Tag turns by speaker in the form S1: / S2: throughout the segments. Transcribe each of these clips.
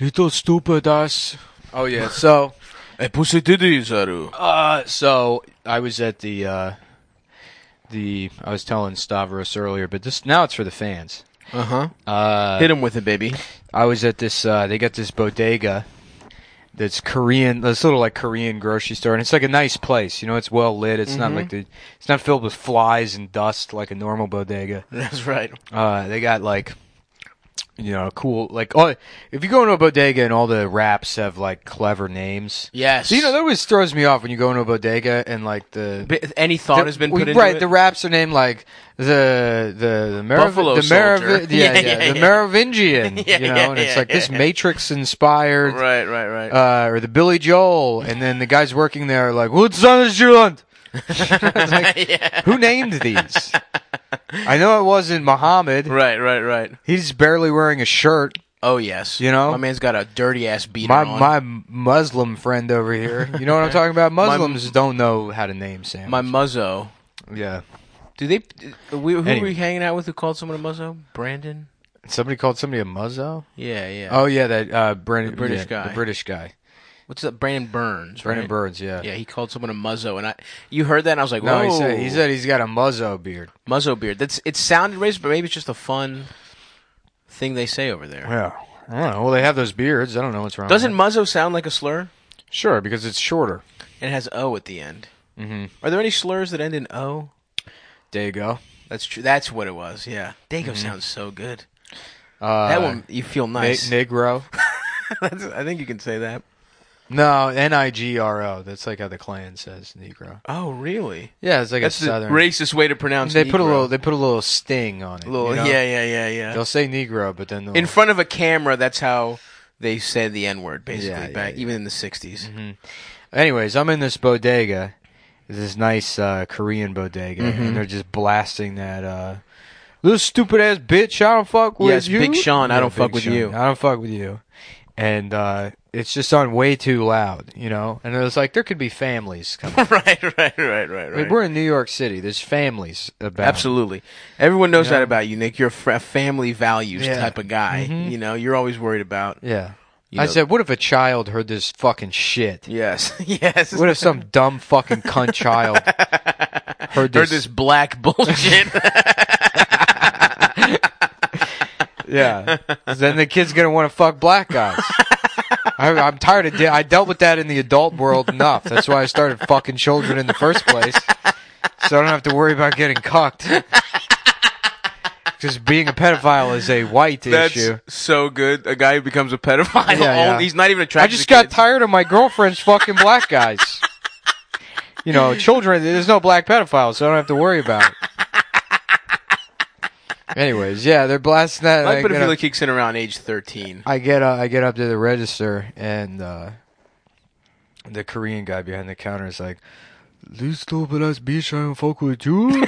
S1: Little stupid ass.
S2: Oh yeah. So,
S1: Hey, pussy titties, Aru.
S2: uh, so I was at the uh, the I was telling Stavros earlier, but this now it's for the fans.
S1: Uh huh.
S2: Uh,
S3: Hit him with it, baby.
S2: I was at this. Uh, they got this bodega that's Korean. This little like Korean grocery store, and it's like a nice place. You know, it's well lit. It's not like the. It's not filled with flies and dust like a normal bodega.
S3: That's right.
S2: Uh, they got like, you know, cool like. Oh, if you go into a bodega and all the wraps have like clever names.
S3: Yes.
S2: So, you know that always throws me off when you go into a bodega and like the
S3: B- any thought has been
S2: we-
S3: put into
S2: right,
S3: it.
S2: the raps are named like the the the, Merovi-
S3: Buffalo
S2: the
S3: Soldier.
S2: Merovi- yeah,
S3: Yeah,
S2: yeah,
S3: yeah,
S2: the
S3: yeah.
S2: Merovingian,
S3: Yeah,
S2: you know,
S3: yeah,
S2: and it's
S3: yeah,
S2: like this
S3: yeah.
S2: Matrix inspired,
S3: right, right, right.
S2: uh, or the Billy Joel, and then the guys working there are like, "What's on this Zealand?" It's like,
S3: yeah.
S2: Who named these? I know it wasn't Muhammad.
S3: Right, right, right.
S2: He's barely wearing a shirt.
S3: Oh yes.
S2: You know?
S3: my man's got a dirty ass beater
S2: My
S3: on.
S2: my Muslim friend over here. You know what I'm talking about? Muslims don't know how to name Sam.
S3: my muzzo.
S2: yeah.
S3: Do they? uh, We, who were
S2: Anyway.
S3: we hanging out with who called someone a muzzo? Brandon.
S2: Somebody called somebody a muzzo.
S3: Yeah, yeah.
S2: Oh yeah, that uh, Brandon,
S3: The British
S2: yeah,
S3: guy.
S2: the British guy,
S3: What's that? Brandon Burns.
S2: Brandon
S3: right?
S2: Burns. Yeah,
S3: Yeah, he called someone a muzzo, and I you heard that, and I was like,
S2: No,
S3: Whoa.
S2: he said he said he's got a muzzo beard.
S3: muzzo beard. That's it sounded racist, but maybe it's just a fun thing they say over there.
S2: Yeah, I don't know. Well, they have those beards. I don't know what's wrong.
S3: Doesn't
S2: with
S3: muzzo sound like a slur?
S2: it. sure because it's shorter.
S3: It has o at the end.
S2: Mm-hmm.
S3: Are there any slurs that end in o?
S2: There you go.
S3: That's true. That's what it was. Yeah, Dago sounds so good.
S2: Mm-hmm. Uh,
S3: That one you feel
S2: ni-
S3: nice.
S2: Negro.
S3: That's, I think you can say that.
S2: No, N I G R O. That's like how the Klan says Negro.
S3: Oh, really?
S2: Yeah, it's like
S3: That's
S2: a southern.
S3: the racist way to pronounce.
S2: they put a
S3: Negro.
S2: little. They put a little sting on it. you
S3: little
S2: know?
S3: yeah, yeah, yeah, yeah.
S2: They'll say Negro, but then they'll,
S3: in front of a camera, that's how they said the N word, basically,
S2: Yeah, yeah,
S3: back
S2: yeah. Mm-hmm.
S3: even in the 60s.
S2: Anyways, I'm in this bodega, this nice uh, Korean bodega,
S3: Mm-hmm.
S2: and they're just blasting that uh, little stupid ass bitch. I don't fuck with
S3: Yes,
S2: you,
S3: Big Sean, I don't
S2: Big
S3: fuck with you.
S2: I don't fuck with you, and uh, it's just on way too loud, you know. And it was like there could be families coming.
S3: right, right, right, right, right.
S2: Like, we're in New York City. There's families about.
S3: Absolutely. Everyone knows
S2: You know?
S3: that about you, Nick. You're a fr- family values
S2: Yeah.
S3: type of guy.
S2: Mhm.
S3: You know, you're always worried about.
S2: Yeah.
S3: You
S2: I
S3: know-
S2: said, what if a child heard this fucking shit?
S3: Yes, yes.
S2: What if some dumb fucking cunt child heard
S3: Heard
S2: this?
S3: this black bullshit.
S2: Yeah. 'Cause then the kid's gonna want to fuck black guys. I, I'm tired of. De- I dealt with that in the adult world enough. That's why I started fucking children in the first place, so I don't have to worry about getting cucked. Because being a pedophile is a white issue.
S3: so good. A guy who becomes a pedophile.
S2: Yeah, yeah.
S3: only- He's not even
S2: I
S3: attracted.
S2: just
S3: to
S2: got
S3: kids.
S2: tired of my girlfriend's fucking black guys. You know, children. There's no black pedophiles, so I don't have to worry about it. Anyways, yeah, they're blasting that.
S3: My
S2: I gotta-
S3: pedophilia kicks in around age 13.
S2: I get uh, I get up to the register and uh, the Korean guy behind the counter is like, "This stupid ass bitch, I don't fuck with you."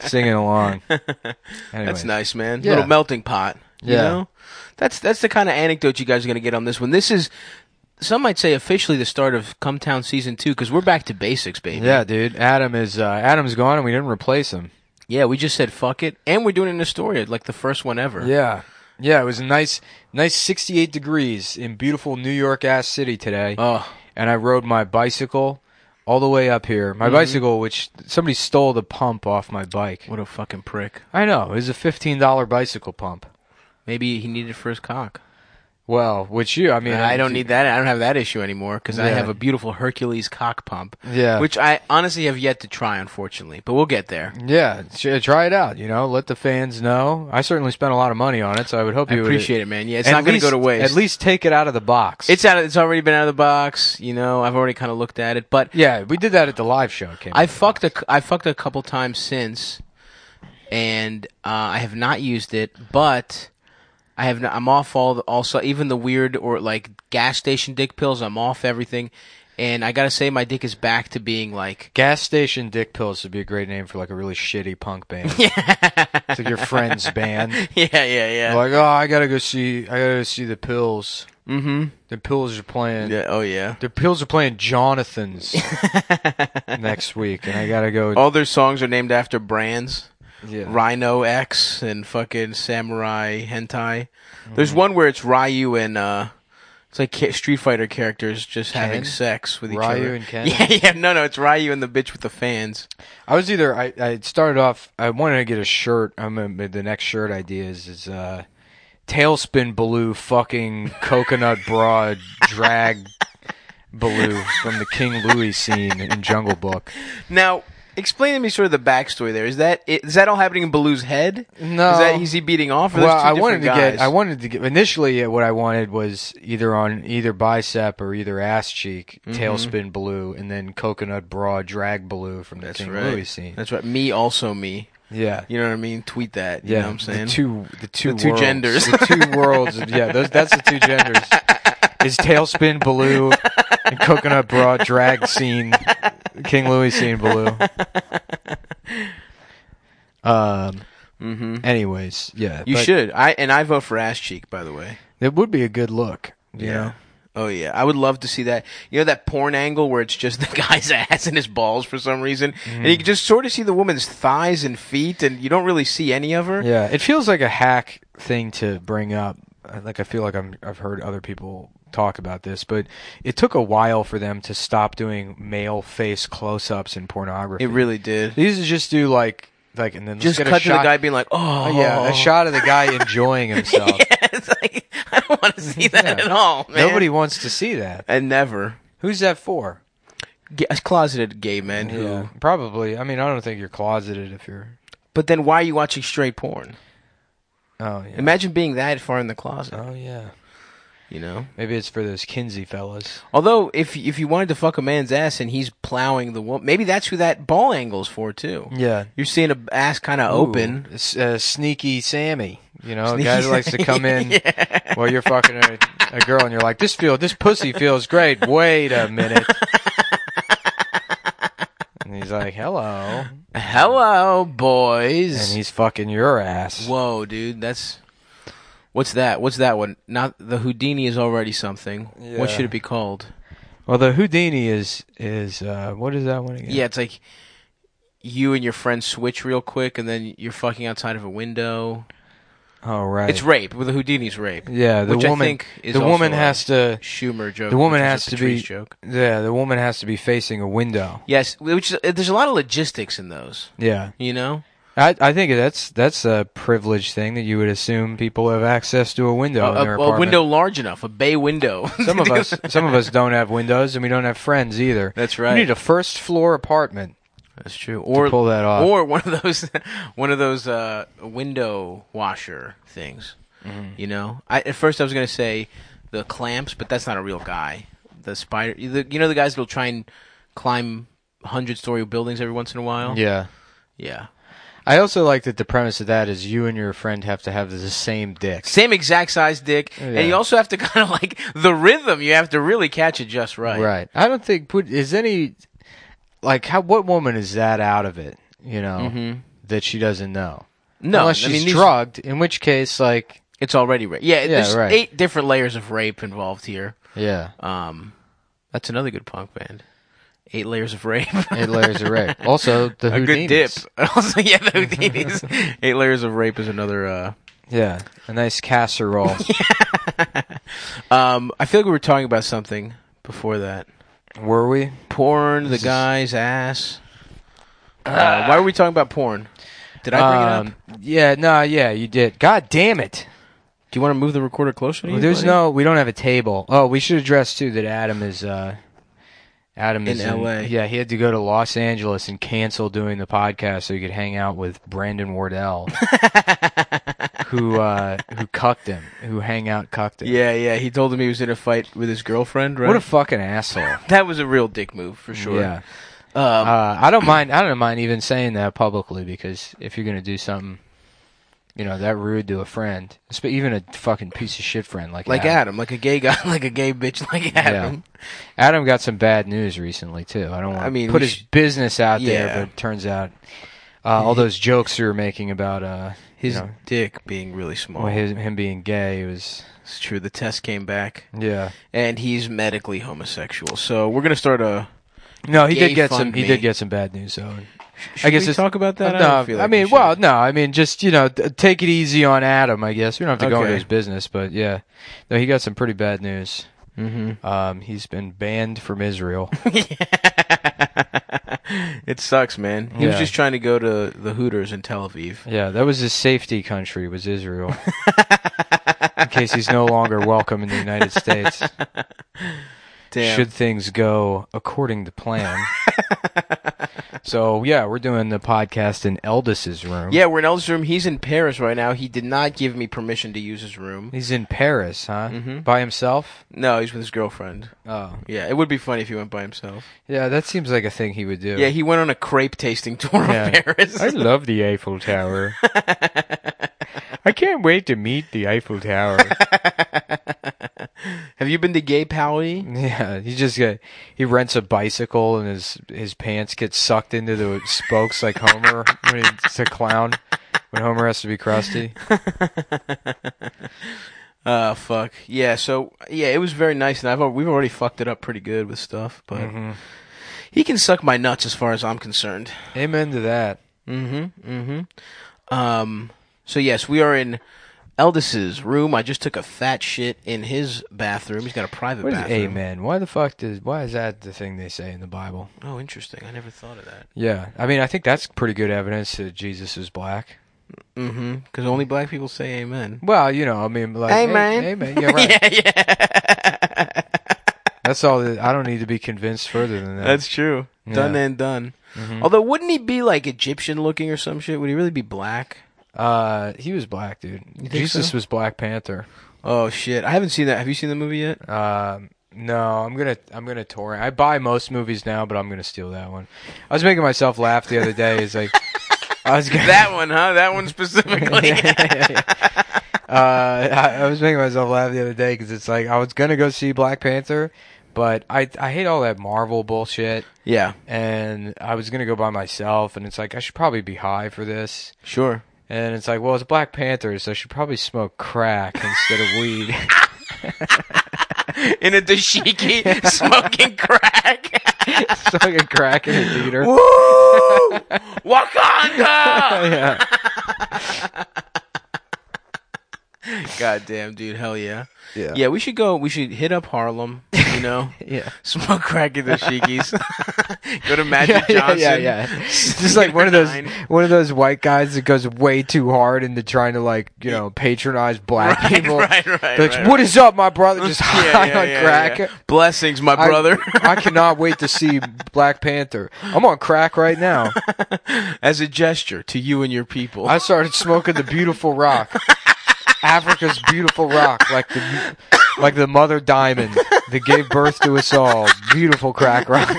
S2: Singing along. Anyways.
S3: That's nice, man.
S2: Yeah.
S3: Little melting pot. You
S2: Yeah.
S3: know? That's that's the kind of anecdote you guys are going to get on this one. This is some might say officially the start of Come Town season 2 cuz we're back to basics, baby.
S2: Yeah, dude. Adam is uh, Adam's gone, and we didn't replace him.
S3: Yeah, we just said fuck it and we're doing it in Astoria like the first one ever.
S2: Yeah, yeah. It was a nice, nice 68 degrees in beautiful New York ass city today.
S3: Oh,
S2: and I rode my bicycle all the way up here.
S3: Mm-hmm.
S2: My bicycle, which somebody stole the pump off my bike.
S3: what a fucking prick.
S2: I know. It was a fifteen dollar bicycle pump.
S3: Maybe he needed it for his cock.
S2: Well, which you, I mean,
S3: I don't need that. I don't have that issue anymore cuz I
S2: Yeah.
S3: have a beautiful Hercules cock pump.
S2: Yeah.
S3: Which I honestly have yet to try unfortunately, but we'll get there.
S2: Yeah, sh- uh, try it out. You know, let the fans know. I certainly spent a lot of money on it, so I would hope
S3: I
S2: you
S3: appreciate
S2: would.
S3: it, man. Yeah, it's
S2: at
S3: not going to go
S2: least-
S3: to waste.
S2: At least take it out of the box.
S3: It's out. Of, it's already been out of the box. You know, I've already kind of looked at it, but
S2: yeah, we did that at the live show. it Came
S3: I
S2: out.
S3: fucked a, c- I fucked a couple times since, and uh, I have not used it. But I have. Not, I'm off all. The, also, even the weird or like gas station dick pills. I'm off everything, and I gotta say, my dick is back to being like.
S2: Gas station dick pills would be a great name for like a really shitty punk band. Yeah, it's like your friend's band.
S3: Yeah, yeah, yeah.
S2: Like, oh, I gotta go see, I gotta go see the pills.
S3: Mm-hmm.
S2: The pills are playing.
S3: Yeah. Oh yeah.
S2: The pills are playing Jonathan's next week, and I gotta go.
S3: Oh, All their songs are named after brands.
S2: Yeah.
S3: Rhino X and fucking Samurai Hentai.
S2: Mm-hmm.
S3: There's one where it's Ryu and uh, it's like ca- Street Fighter characters just having
S2: Ken?
S3: sex with each
S2: Ryu
S3: other.
S2: and Ken?
S3: Yeah, yeah, no, no, it's Ryu and the bitch with the fans.
S2: I was either I, I started off I wanted to get a shirt. I'm gonna- the next shirt idea is is uh tailspin blue fucking coconut broad drag blue from the King Louis scene in Jungle Book.
S3: Now, explain to me sort of the backstory there. Is that is that all happening in Baloo's head?
S2: No.
S3: Is that is he beating off?
S2: Oh.
S3: Or
S2: Well,
S3: there's two
S2: I wanted to
S3: different
S2: get I
S3: guys?
S2: wanted to get initially uh, what I wanted was either on either bicep or either ass cheek tailspin blue and then coconut broad drag blue from the King Louis scene.
S3: That's right. Me also me.
S2: yeah.
S3: You know what I mean? Tweet that. You know what I'm saying?
S2: The two, the two,
S3: The two
S2: worlds.
S3: genders.
S2: the two worlds. of- Yeah, those, that's the two genders. Is Tailspin Blue and Coconut Bra drag scene, King Louis scene Blue. Um.
S3: Mhm.
S2: Anyways, yeah,
S3: you
S2: but
S3: should. I and I vote for ass cheek, by the way.
S2: It would be a good look. You
S3: Yeah.
S2: know?
S3: Oh yeah, I would love to see that. You know that porn angle where it's just the guy's ass and his balls for some reason, and you can just sort of see the woman's thighs and feet, and you don't really see any of her.
S2: Yeah, it feels like a hack thing to bring up. Uh, Like I feel like I'm, I've heard other people talk about this, but it took a while for them to stop doing male face close-ups in pornography.
S3: It really did.
S2: These is just do like like and then let's
S3: Just
S2: get
S3: cut
S2: a
S3: to the
S2: shot,
S3: guy being like, "Oh,
S2: Oh, yeah, a shot of the guy enjoying himself.
S3: yeah, it's like I don't want to see that
S2: Yeah.
S3: at all. Man.
S2: Nobody wants to see that.
S3: and never
S2: Who's that for?
S3: Ga- closeted gay men who.
S2: probably. I mean, I don't think you're closeted if you're.
S3: But then why are you watching straight porn?
S2: Oh yeah.
S3: Imagine being that far in the closet.
S2: Oh yeah.
S3: You know.
S2: Maybe it's for those Kinsey fellas.
S3: Although if if you wanted to fuck a man's ass and he's plowing the woman, maybe that's who that ball angle's for too.
S2: Yeah.
S3: You're seeing a ass kind of open.
S2: It's, uh, sneaky Sammy. You know,
S3: Sneaky
S2: Oh, a guy that likes to come in while you're fucking a, a girl, and you're like, "This feel, this pussy feels great." Wait a minute. and he's like, "Hello,"
S3: Hello,
S2: and
S3: boys.
S2: he's fucking your ass.
S3: Whoa, dude, that's what's that? What's that one? Not the Houdini is already something. What
S2: Yeah.
S3: should it be called?
S2: Well, the Houdini is is uh, what is that one again?
S3: Yeah. it's like you and your friend switch real quick, and then you're fucking outside of a window.
S2: oh, right.
S3: It's rape. Well, the Houdini's rape.
S2: yeah, the
S3: which I
S2: woman.
S3: think is
S2: the
S3: also
S2: woman
S3: a
S2: has to.
S3: Schumer joke.
S2: The woman
S3: which was a
S2: has to be.
S3: Patrice joke.
S2: Yeah, the woman has to be facing a window.
S3: Yes, which uh, there's a lot of logistics in those.
S2: Yeah,
S3: You know,
S2: I I think that's that's a privileged thing that you would assume people have access to a window in
S3: a,
S2: Oh, their
S3: a
S2: apartment.
S3: window large enough, a bay window.
S2: Some of us some of us don't have windows, and we don't have friends either.
S3: That's
S2: You
S3: right.
S2: need a first floor apartment.
S3: That's true. Or
S2: pull that off.
S3: Or one of those, one of those uh, window washer things.
S2: Mm-hmm.
S3: You know, I, at first I was gonna say the clamps, but that's not a real guy. The spider, the, you know, the guys that'll try and climb hundred story buildings every once in a while.
S2: Yeah.
S3: yeah.
S2: I also like that the premise of that is you and your friend have to have the same dick.
S3: Same exact size dick, and you
S2: Yeah.
S3: also have to kind of like the rhythm. You have to really catch it just right.
S2: Right. I don't think put is any like how what woman is that out of it, you know, that she doesn't know.
S3: Mm-hmm. No,
S2: unless
S3: I
S2: she's
S3: mean, these-
S2: drugged, in which case like
S3: It's already rape. Yeah, there's
S2: right.
S3: eight different layers of rape involved here.
S2: yeah,
S3: Um, that's another good punk band. Eight layers of rape.
S2: eight layers of rape. Also the
S3: a good dip.
S2: Houdinis.
S3: also, yeah, the Houdinis. Eight layers of rape is another. Uh,
S2: Yeah, a nice casserole.
S3: um, I feel like we were talking about something before that.
S2: Were we?
S3: Porn, the guy's ass. Uh, why were we talking about porn? Did I bring it up?
S2: Um, yeah, no, yeah, you did. God damn it.
S3: Do you want to move the recorder closer? To you,
S2: There's
S3: buddy?
S2: no. We don't have a table. Oh, we should address too that Adam is. uh Adam
S3: In
S2: is
S3: LA.
S2: Yeah, he had to go to Los Angeles and cancel doing the podcast so he could hang out with Brandon Wardell, who uh who cucked him, who hangout cucked him.
S3: Yeah, yeah. He told him he was in a fight with his girlfriend. Right.
S2: What a fucking asshole.
S3: that was a real dick move for sure.
S2: Yeah.
S3: Um,
S2: Uh, I don't mind. I don't mind even saying that publicly because if you're gonna do something, you know, that rude to a friend, espe- even a fucking piece of shit friend like
S3: like
S2: Adam.
S3: Adam, like a gay guy, like a gay bitch, like Adam.
S2: Adam got some bad news recently too. I don't want
S3: I
S2: to
S3: mean,
S2: put
S3: we
S2: his
S3: sh-
S2: business out
S3: Yeah.
S2: there, but it turns out uh, all those jokes we were making about uh,
S3: His
S2: you know,
S3: dick being really small.
S2: well, his, him being gay was
S3: It's true. The test came back,
S2: yeah.
S3: and he's medically homosexual. So we're gonna start a
S2: No, he
S3: Gay
S2: did get
S3: fund
S2: some. He
S3: me.
S2: did get some bad news though.
S3: Should we talk about that? I
S2: No,
S3: don't feel like we
S2: mean,
S3: should.
S2: well, no, I mean, just you know, t- take it easy on Adam. I guess we don't have to go into
S3: Okay.
S2: his business, but yeah, no, he got some pretty bad news. Mm-hmm. Um, he's been banned from Israel.
S3: it sucks, man. He was
S2: Yeah.
S3: just trying to go to the Hooters in Tel Aviv.
S2: yeah, that was his safety country was Israel. in case he's no longer welcome in the United States,
S3: Damn.
S2: should things go according to plan. so yeah, we're doing the podcast in Eldis's room.
S3: yeah, we're in Elder's room. He's in Paris right now. He did not give me permission to use his room.
S2: He's in Paris, huh?
S3: Mm-hmm.
S2: By himself?
S3: No, he's with his girlfriend.
S2: Oh.
S3: Yeah, it would be funny if he went by himself.
S2: Yeah, that seems like a thing he would do.
S3: Yeah, he went on a crepe tasting tour
S2: Yeah.
S3: of Paris.
S2: I love the Eiffel Tower. I can't wait to meet the Eiffel Tower.
S3: Have you been to Gay Powley?
S2: yeah, he just got, he rents a bicycle and his his pants get sucked into the spokes like Homer when he's a clown when Homer has to be crusty.
S3: Uh, fuck. Yeah, so, yeah, it was very nice, and I've, al- we've already fucked it up pretty good with stuff, but
S2: Mm-hmm.
S3: he can suck my nuts as far as I'm concerned.
S2: Amen to that.
S3: Mm-hmm. Mm-hmm. Um, so yes, we are in Eldis's room. I just took a fat shit in his bathroom. He's got a private
S2: What is
S3: bathroom.
S2: amen? Why the fuck does why is that the thing they say in the Bible?
S3: Oh, interesting. I never thought of that.
S2: Yeah, I mean I think that's pretty good evidence that Jesus is black.
S3: Mm-hmm. Because only black people say amen.
S2: Well, you know, I mean, like
S3: Amen.
S2: hey, amen. Yeah, right.
S3: yeah, yeah.
S2: That's all. That, I don't need to be convinced further than that.
S3: That's true. Done
S2: Yeah. Mm-hmm.
S3: and done. Although, wouldn't he be like Egyptian looking or some shit? Would he really be black?
S2: Uh, he was black, dude.
S3: think
S2: Jesus
S3: so?
S2: was Black Panther.
S3: Oh shit! I haven't seen that. Have you seen the movie yet?
S2: Um, no, I'm gonna I'm gonna torrent. I buy most movies now, but I'm gonna steal that one. I was making myself laugh the other day. It's like I was gonna,
S3: That one, huh? That one specifically.
S2: uh, I, I was making myself laugh the other day because it's like I was gonna go see Black Panther, but I I hate all that Marvel bullshit,
S3: yeah.
S2: and I was gonna go by myself, and it's like I should probably be high for this.
S3: Sure.
S2: And it's like, well, it's Black Panther, so I should probably smoke crack instead of weed.
S3: in a dashiki smoking crack.
S2: Smoking crack in the theater.
S3: Woo! Wakanda!
S2: yeah.
S3: Goddamn, dude, hell yeah.
S2: Yeah.
S3: Yeah, we should go. We should hit up Harlem. You know,
S2: Yeah.
S3: smoke crack in the shikis. go to Magic Johnson.
S2: Yeah, yeah, yeah. Just like one of those
S3: Nine.
S2: one of those white guys that goes way too hard into trying to like, you know, patronize black
S3: Right,
S2: people.
S3: right, right,
S2: They're like,
S3: right,
S2: what is up, my brother? Just high
S3: yeah,
S2: on
S3: yeah,
S2: crack.
S3: yeah. Blessings, my
S2: I-
S3: brother.
S2: I, cannot wait to see Black Panther. I'm on crack right now.
S3: As a gesture to you and your people.
S2: I started smoking the beautiful rock. Africa's beautiful rock, like the like the mother diamond that gave birth to us all. Beautiful crack rocks.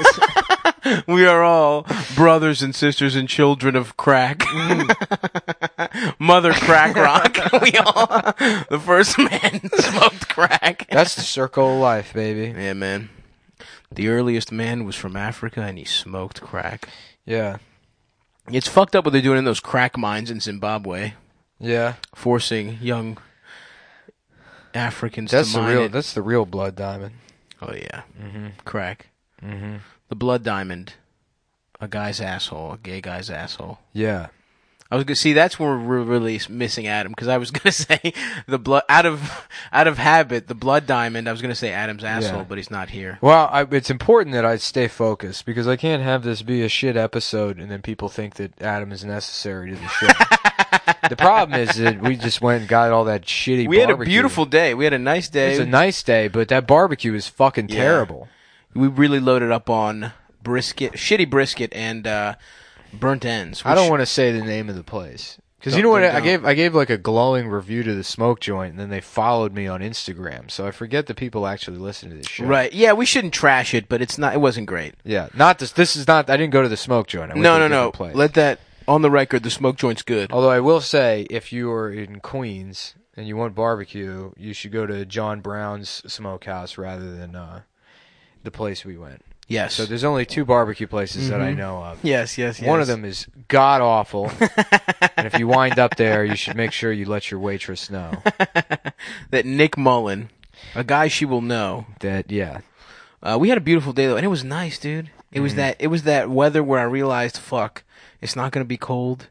S3: we are all brothers and sisters and children of crack. Mother crack rock. we all, the first man smoked crack.
S2: That's the circle of life, baby.
S3: Yeah, man. The earliest man was from Africa and he smoked crack.
S2: Yeah.
S3: It's fucked up what they're doing in those crack mines in Zimbabwe,
S2: Yeah.
S3: forcing young Africans
S2: That's
S3: to
S2: the
S3: mine
S2: real
S3: it.
S2: that's the real blood diamond.
S3: Oh yeah, mm-hmm. crack. Mm-hmm. The blood diamond, a guy's asshole, a gay guy's asshole.
S2: Yeah.
S3: I was gonna see that's where we're really missing Adam because I was gonna say the blood out of out of habit the blood diamond. I was gonna say Adam's asshole,
S2: Yeah.
S3: but he's not here.
S2: Well, I, it's important that I stay focused because I can't have this be a shit episode and then people think that Adam is necessary to the show. the problem is that we just went and got all that shitty
S3: We had a
S2: barbecue.
S3: beautiful day. We had a nice day.
S2: It's a nice day, but that barbecue is fucking
S3: Yeah.
S2: terrible.
S3: we really loaded up on brisket, shitty brisket, and uh, burnt ends.
S2: I don't
S3: which-
S2: want to say the name of the place because you
S3: Don't-
S2: know what?
S3: don't-
S2: I gave I gave like a glowing review to the smoke joint, and then they followed me on Instagram, so I forget that people actually listen to this show.
S3: Right? Yeah, we shouldn't trash it, but it's not. It wasn't great.
S2: Yeah. Not this. This is not. I didn't go to the smoke joint. I went
S3: No,
S2: to
S3: no,
S2: a
S3: no.
S2: different Place. Oh,
S3: Let that on the record. The smoke joint's good.
S2: Although I will say, if you are in Queens and you want barbecue, you should go to John Brown's Smokehouse rather than uh, the place we went.
S3: Yes.
S2: So there's only two barbecue places that I know of.
S3: yes, yes, Mm-hmm. yes.
S2: One of them is god awful, and if you wind up there, you should make sure you let your waitress know
S3: that Nick Mullen, a guy she will know.
S2: that yeah, Mm-hmm.
S3: Uh, we had a beautiful day though, and it was nice, dude. It was that. It was that weather where I realized, fuck, It's not gonna be cold.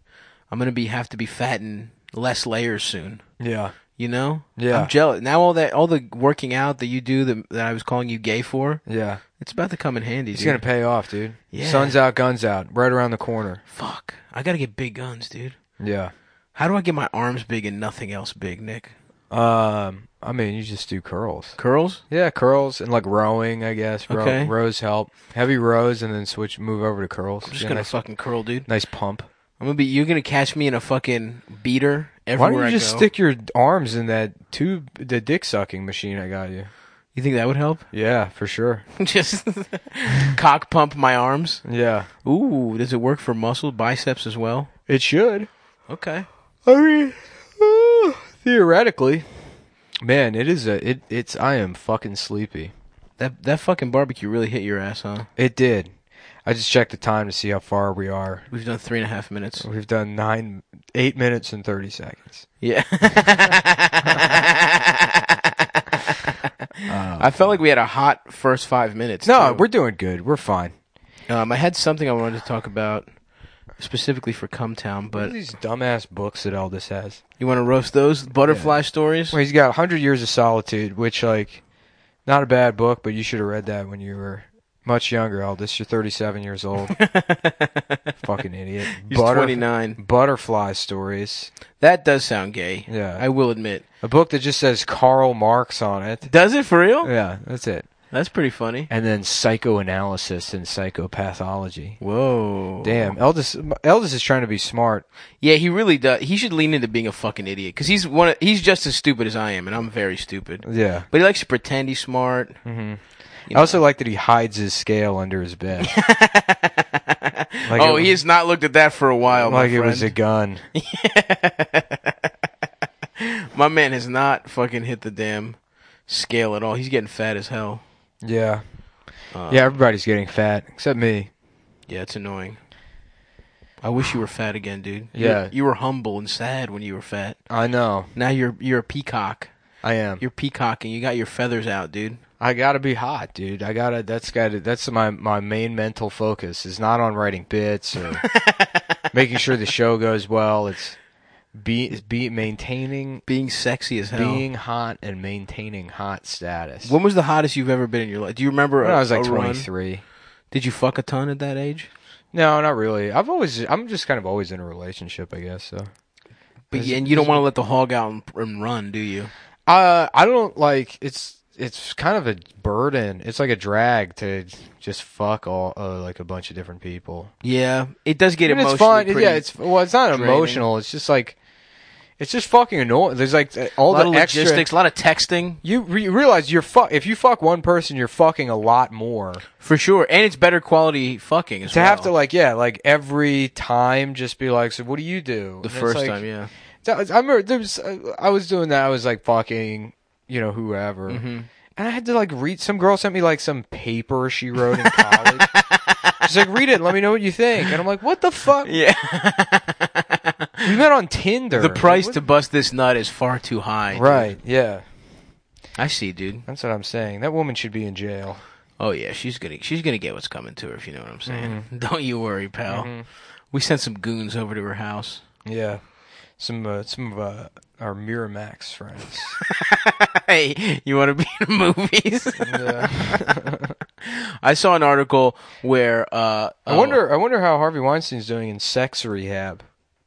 S3: I'm gonna be have to be fat in less layers soon.
S2: Yeah.
S3: You know?
S2: Yeah.
S3: I'm jealous. Now all that all the working out that you do that, that I was calling you gay for,
S2: Yeah.
S3: it's about to come in handy.
S2: It's
S3: dude.
S2: going to pay off, dude.
S3: Yeah.
S2: Sun's out, guns out. Right around the corner.
S3: Fuck. I gotta get big guns, dude.
S2: Yeah.
S3: How do I get my arms big and nothing else big, Nick?
S2: Um, I mean, you just do curls.
S3: Curls?
S2: Yeah, curls and like rowing, I guess. Row,
S3: Okay.
S2: Rows help. Heavy rows and then switch, move over to curls.
S3: I'm just
S2: Yeah,
S3: gonna
S2: nice,
S3: fucking curl, dude.
S2: nice pump.
S3: I'm gonna be. You're gonna catch me in a fucking beater
S2: Why
S3: everywhere
S2: don't you
S3: I
S2: just
S3: go.
S2: stick your arms in that tube, the dick sucking machine I got you?
S3: You think that would help?
S2: Yeah, for sure.
S3: just cock pump my arms.
S2: Yeah,
S3: Ooh, does it work for muscle biceps as well?
S2: it should.
S3: Okay.
S2: I mean, uh, theoretically, man, it is a it. It's I am fucking sleepy.
S3: That that fucking barbecue really hit your ass, huh?
S2: It did. I just checked the time to see how far we are.
S3: We've done three and a half minutes.
S2: We've done nine, eight minutes and thirty seconds.
S3: Yeah. I felt like we had a hot first five minutes.
S2: No,
S3: too.
S2: we're doing good. We're fine.
S3: Um, I had something I wanted to talk about specifically for Cumtown,
S2: What are
S3: but
S2: these dumbass books that Aldous has?
S3: you want to roast those butterfly stories?
S2: Well, he's got 100 Years of Solitude, which, like, not a bad book, but you should have read that when you were much younger, Aldous. You're 37 years old. Fucking idiot.
S3: He's
S2: Butter-
S3: 29.
S2: Butterfly Stories.
S3: That does sound gay.
S2: Yeah.
S3: I will admit.
S2: A book that just says Karl Marx on it.
S3: Does it for real?
S2: Yeah, that's it.
S3: That's pretty funny.
S2: And then Psychoanalysis and Psychopathology.
S3: Whoa.
S2: Damn, Eldis, Eldis is trying to be smart.
S3: Yeah, he really does. He should lean into being a fucking idiot because he's one. Of, he's just as stupid as I am, and I'm very stupid.
S2: Yeah.
S3: But he likes to pretend he's smart. You
S2: I also like that he hides his scale under his bed. Like
S3: oh,
S2: it-
S3: he has not looked at that for a while.
S2: like
S3: my
S2: it was a
S3: friend.
S2: gun.
S3: my man has not fucking hit the damn scale at all. He's getting fat as hell.
S2: Yeah.
S3: Uh,
S2: yeah, everybody's getting fat except me.
S3: Yeah, it's annoying. I wish you were fat again, dude. You-
S2: Yeah.
S3: you were humble and sad when you were fat.
S2: I know.
S3: Now you're you're a peacock.
S2: I am.
S3: You're peacocking. You got your feathers out, dude.
S2: I gotta be hot, dude. I gotta. That's gotta. That's my my main mental focus is not on writing bits or making sure the show goes well. It's be it's be maintaining
S3: Being sexy as hell.
S2: being hot and maintaining hot status.
S3: when was the hottest you've ever been in your life? Do you remember?
S2: when
S3: a-
S2: I was like
S3: a run?
S2: twenty three.
S3: Did you fuck a ton at that age?
S2: No, not really. I've always. I'm just kind of always in a relationship, I guess. So.
S3: But
S2: Is-
S3: yeah, and you don't want to let the hog out and, and run, do you?
S2: Uh, I don't like it's it's kind of a burden. It's like a drag to just fuck all uh, like a bunch of different people.
S3: Yeah, it does get
S2: I mean,
S3: emotionally
S2: it's fun.
S3: pretty.
S2: Yeah, it's well, it's not
S3: draining.
S2: emotional. It's just like it's just fucking annoying. There's like uh,
S3: a
S2: all
S3: lot
S2: the
S3: of
S2: extra.
S3: logistics, a lot of texting
S2: You, re- you realize you're fuck if you fuck one person, you're fucking a lot more.
S3: for sure, and it's better quality fucking as
S2: To
S3: well.
S2: have to like yeah, like every time, just be like, so what do you do? And
S3: the
S2: it's
S3: first
S2: like-
S3: time, yeah.
S2: So, I remember there was, I was doing that. I was like fucking, you know, whoever.
S3: Mm-hmm.
S2: And I had to like read. Some girl sent me like some paper she wrote in college. She's like, read it. Let me know what you think. And I'm like, what the fuck?
S3: Yeah,
S2: We met on Tinder.
S3: the price
S2: Like,
S3: to bust this nut is far too high.
S2: what-
S3: dude.
S2: Right. Yeah.
S3: I see, dude.
S2: That's what I'm saying. That woman should be in jail.
S3: Oh yeah, she's gonna she's gonna get what's coming to her if you know what I'm saying. Don't you worry, pal. We sent some goons over to her house.
S2: Yeah. Some uh, some of uh, our Miramax friends.
S3: Hey, you want to be in movies?
S2: Yeah.
S3: I saw an article where uh,
S2: I
S3: oh,
S2: wonder. I wonder how Harvey Weinstein's doing in sex rehab.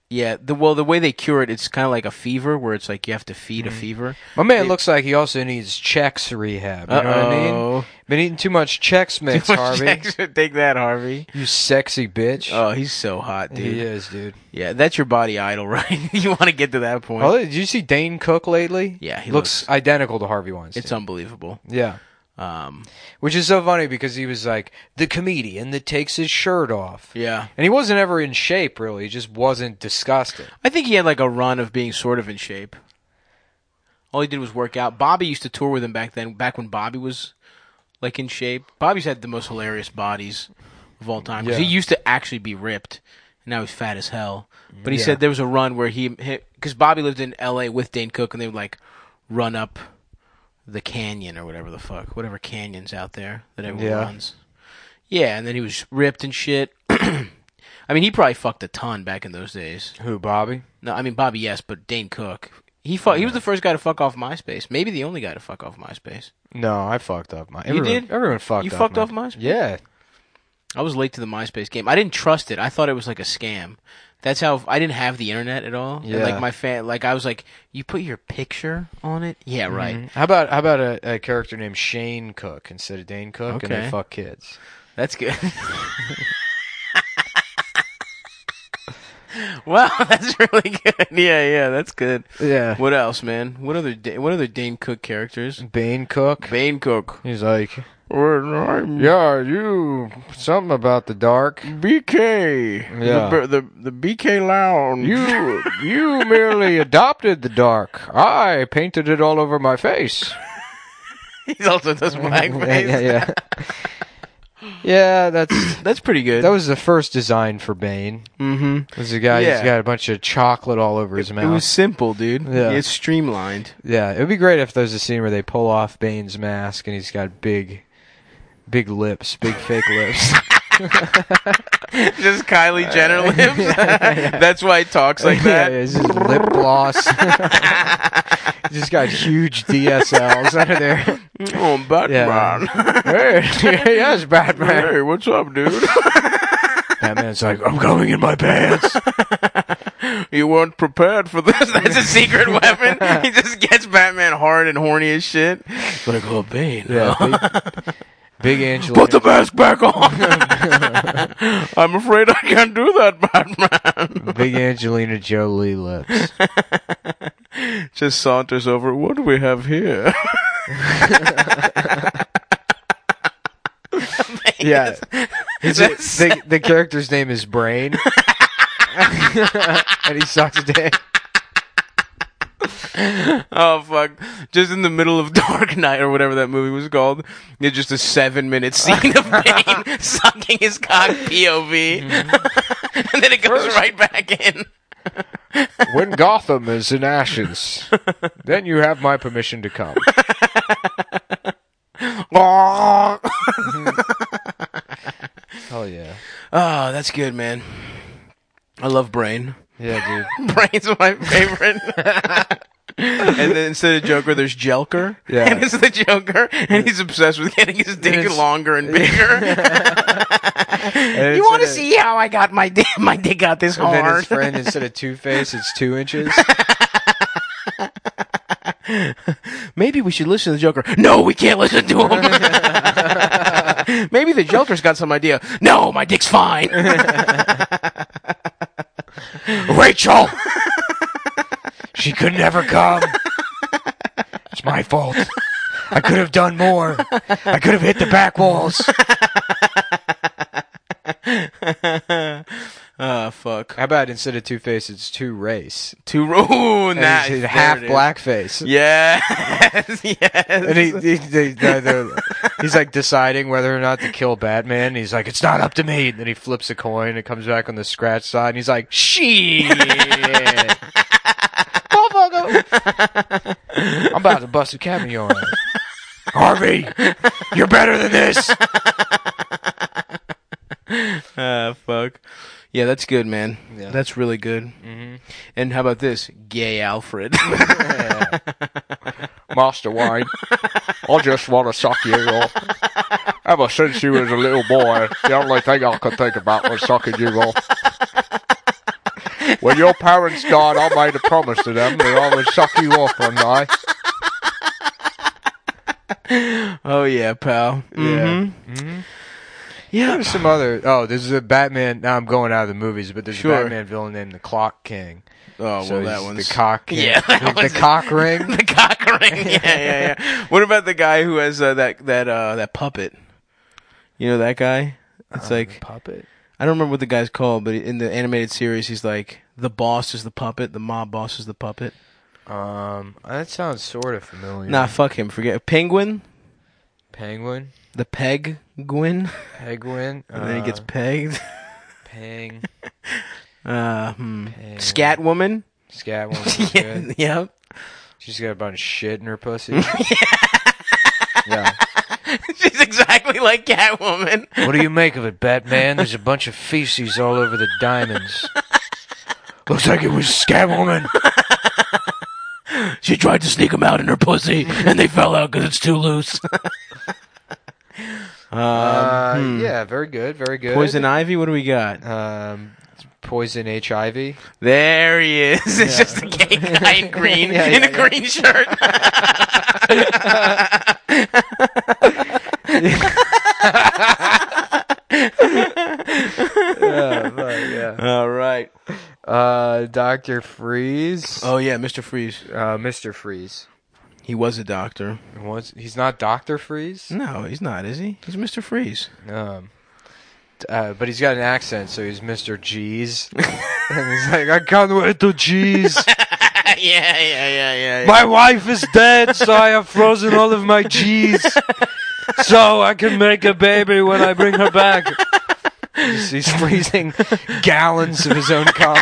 S3: Yeah, the, well, the way they cure it, it's kind of like a fever, where it's like you have to feed
S2: Mm.
S3: a fever.
S2: My man looks like he also needs checks rehab. You know what I mean?
S3: Uh-oh.
S2: Been eating too much Chex Mix, Harvey.
S3: Take that, Harvey.
S2: You sexy bitch.
S3: Oh, he's so hot, dude.
S2: he
S3: Yeah,
S2: is, dude.
S3: that's your body idol, right? you want to get to that point.
S2: Oh, did you see Dane Cook lately?
S3: Yeah, he
S2: looks,
S3: looks-
S2: identical to Harvey Weinstein.
S3: it's unbelievable.
S2: yeah,
S3: Um,
S2: which is so funny because he was like the comedian that takes his shirt off,
S3: yeah,
S2: and he wasn't ever in shape really. He just wasn't disgusted.
S3: I think he had like a run of being sort of in shape. All he did was work out. Bobby used to tour with him back then. Back when Bobby was like in shape, Bobby's had the most hilarious bodies of all time. 'cause
S2: Yeah.
S3: He used to actually be ripped, and now he's fat as hell. But he
S2: Yeah.
S3: said there was a run where he, because Bobby lived in L.A. with Dane Cook, and they would like run up the canyon or whatever the fuck, whatever canyons out there that everyone
S2: Yeah.
S3: runs. Yeah, and then he was ripped and shit. I mean, he probably fucked a ton back in those days.
S2: Who, Bobby?
S3: No, I mean Bobby, yes, but Dane Cook. He fu- He was the first guy to fuck off MySpace. Maybe the only guy to fuck off MySpace.
S2: No, I fucked up. My,
S3: You
S2: everyone,
S3: did?
S2: Everyone fucked
S3: You
S2: up.
S3: fucked
S2: man.
S3: off MySpace?
S2: Yeah.
S3: I was late to the MySpace game. I didn't trust it. I thought it was like a scam. That's how I didn't have the internet at all. And,
S2: Yeah.
S3: like my fan, like I was like, you put your picture on it. Yeah, right.
S2: Mm-hmm. How about how about a, a character named Shane Cook instead of Dane Cook, and
S3: Okay.
S2: they fuck kids?
S3: That's good. wow, that's really good. Yeah, yeah, that's good.
S2: Yeah.
S3: What else, man? What other da- what other Dane Cook characters?
S2: Bane Cook.
S3: Bane Cook.
S2: He's like, yeah, you something about the dark.
S1: BK.
S2: Yeah.
S1: The, the, the BK Lounge.
S2: You you merely adopted the dark. I painted it all over my face.
S3: He's also does blackface.
S2: yeah, yeah, yeah. Yeah, that's
S3: That's pretty good.
S2: that was the first design for Bane.
S3: mm-hmm.
S2: It was a guy
S3: Yeah.
S2: who's got a bunch of chocolate all over his mouth.
S3: It was simple, dude.
S2: Yeah.
S3: It's streamlined.
S2: yeah, it would be great if there's a scene where they pull off Bane's mask and he's got big, big lips, big fake lips.
S3: Just Kylie Jenner lips. That's why he talks like
S2: yeah,
S3: that.
S2: it's just lip gloss. just got huge DSLs under there.
S1: Oh, Batman.
S2: hey, yes, Batman.
S1: Hey, what's up, dude?
S2: Batman's like, I'm going in my pants.
S1: you weren't prepared for this.
S3: That's a secret weapon. He just gets Batman hard and horny as shit. Like, oh, Bane.
S2: Yeah, big, big Angela.
S1: Put the mask back on. I'm afraid I can't do that, Batman.
S2: big Angelina Jolie lips.
S1: Just saunters over. What do we have here?
S2: Yeah, He's a- the, the character's name is Brain, and he sucks dick.
S3: Oh fuck! Just in the middle of Dark Knight or whatever that movie was called, it's just a seven-minute scene of Bane sucking his cock POV, and then it goes right back in.
S2: When Gotham is in ashes, then you have my permission to come.
S3: Oh,
S2: Oh yeah,
S3: that's good, man. I love Brain.
S2: yeah, dude.
S3: Brain's my favorite. and then instead of Joker, there's Jelker.
S2: Yeah.
S3: And it's the Joker, and he's obsessed with getting his dick
S2: It's-
S3: longer and bigger. you want to see how I got my dick? My dick got this
S2: uh, And then
S3: hard.
S2: his friend, instead of two face, it's two inches.
S3: Maybe we should listen to the Joker. No, we can't listen to him. Maybe the Joker's got some idea. No, my dick's fine. Rachel.
S2: She could never come. It's my fault. I could have done more. I could have hit the back walls.
S3: Ah, fuck.
S2: How about instead of two face, it's two race?
S3: Two. Ooh,
S2: And
S3: nice.
S2: he's
S3: There
S2: half
S3: it is.
S2: blackface.
S3: Yes. yes.
S2: And he, he, they- they- they're- he's like deciding whether or not to kill Batman. He's like, it's not up to me. And then he flips a coin. It comes back on the scratch side. And he's like, shit. Motherfucker. I'm about to bust a cap in your ass. Harvey, you're better than this.
S3: Ah, fuck. Yeah, that's good, man.
S2: Yeah.
S3: That's really good. Mm-hmm. And how about this? Gay Alfred.
S2: Master Wayne, I just want to suck you off. Ever since you was a little boy, the only thing I could think about was sucking you off. When your parents died, I made a promise to them that I would suck you off one night.
S3: oh, yeah, pal. Mhm. Yeah.
S2: There's some other. Oh, this is a Batman. Now I'm going out of the movies, but there's
S3: Sure.
S2: a Batman villain named the Clock King.
S3: Oh,
S2: So
S3: well, that
S2: he's
S3: one's.
S2: the Cock King.
S3: Yeah, that
S2: the,
S3: one's-
S2: the Cock Ring.
S3: the cock ring. Yeah, yeah, yeah. What about the guy who has uh, that that uh, that puppet? You know that guy. It's like
S2: puppet.
S3: I don't remember what the guy's called, but in the animated series, he's like the boss is the puppet, the mob boss is the puppet.
S2: Um, that sounds sort of familiar.
S3: Nah, fuck him. Forget penguin,
S2: Penguin.
S3: the peg gwyn,
S2: Penguin.
S3: and then he gets
S2: uh,
S3: pegged.
S2: Pang.
S3: Uh, hmm.
S2: Penguin.
S3: Scat woman.
S2: Scat one.
S3: yeah, yeah.
S2: She's got a bunch of shit in her pussy. yeah.
S3: She's exactly exactly like Catwoman.
S2: What do you make of it, Batman? There's a bunch of feces all over the diamonds. Looks like it was Scatwoman.
S1: She tried to sneak him out in her pussy, and they fell out because it's too loose.
S2: Uh, Yeah, very good, very good.
S3: Hmm. Poison Ivy, what do we got?
S2: Um, poison HIV.
S3: There he is. It's just a gay guy in green
S2: Yeah,
S3: in
S2: yeah,
S3: a green shirt. Oh, All right.
S2: Uh, Doctor Freeze.
S3: Oh yeah, Mr. Freeze.
S2: Uh, Mister Freeze.
S3: He was a doctor.
S2: Was he's not Doctor Freeze?
S3: No, he's not, is he? He's Mr. Freeze.
S2: Um, t- uh, but he's got an accent, so he's Mister G's. and he's like, I can't wait to G's.
S3: yeah, yeah, yeah, yeah.
S2: My wife is dead, so I have frozen all of my G's. So I can make a baby when I bring her back. He's, he's freezing gallons of his own cum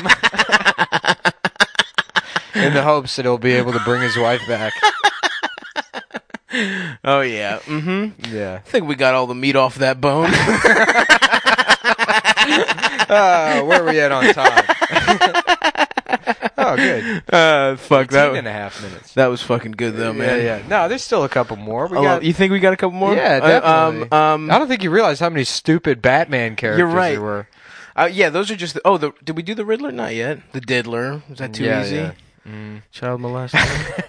S2: in the hopes that he'll be able to bring his wife back.
S3: Oh yeah. Mm-hmm.
S2: Yeah.
S3: I think we got all the meat off that bone.
S2: Uh, where are we at on time? oh, good.
S3: uh, fuck that.
S2: Ten and
S3: Was,
S2: a half minutes.
S3: that was fucking good though, man.
S2: Yeah, yeah. No, there's still a couple more. We
S3: Oh,
S2: got.
S3: you think we got a couple more?
S2: Yeah,
S3: Uh,
S2: definitely.
S3: um,
S2: I
S3: um,
S2: don't think you realize how many stupid Batman characters
S3: right.
S2: there were.
S3: uh, yeah, those are just. The, oh, the, did we do the Riddler? Not yet. The Diddler. Was that too
S2: Yeah,
S3: easy? Mm.
S2: yeah.
S3: Child molester.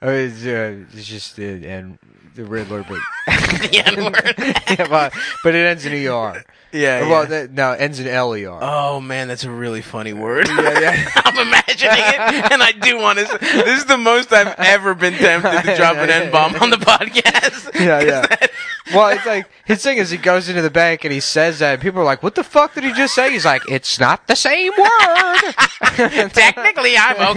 S2: I mean, it's, uh, it's just uh, and the Riddler, but
S3: the N-word.
S2: yeah, but, but it ends in er.
S3: Yeah.
S2: Well,
S3: yeah.
S2: that, no, it ends in E ler.
S3: oh man, that's a really funny word.
S2: Yeah, yeah.
S3: I'm imagining it, and I do want to. This is the most I've ever been tempted to drop an N bomb on the podcast.
S2: Yeah, yeah. Well, it's like his thing is he goes into the bank and he says that, and people are like, "What the fuck did he just say?" He's like, "It's not the same word."
S3: Technically, I'm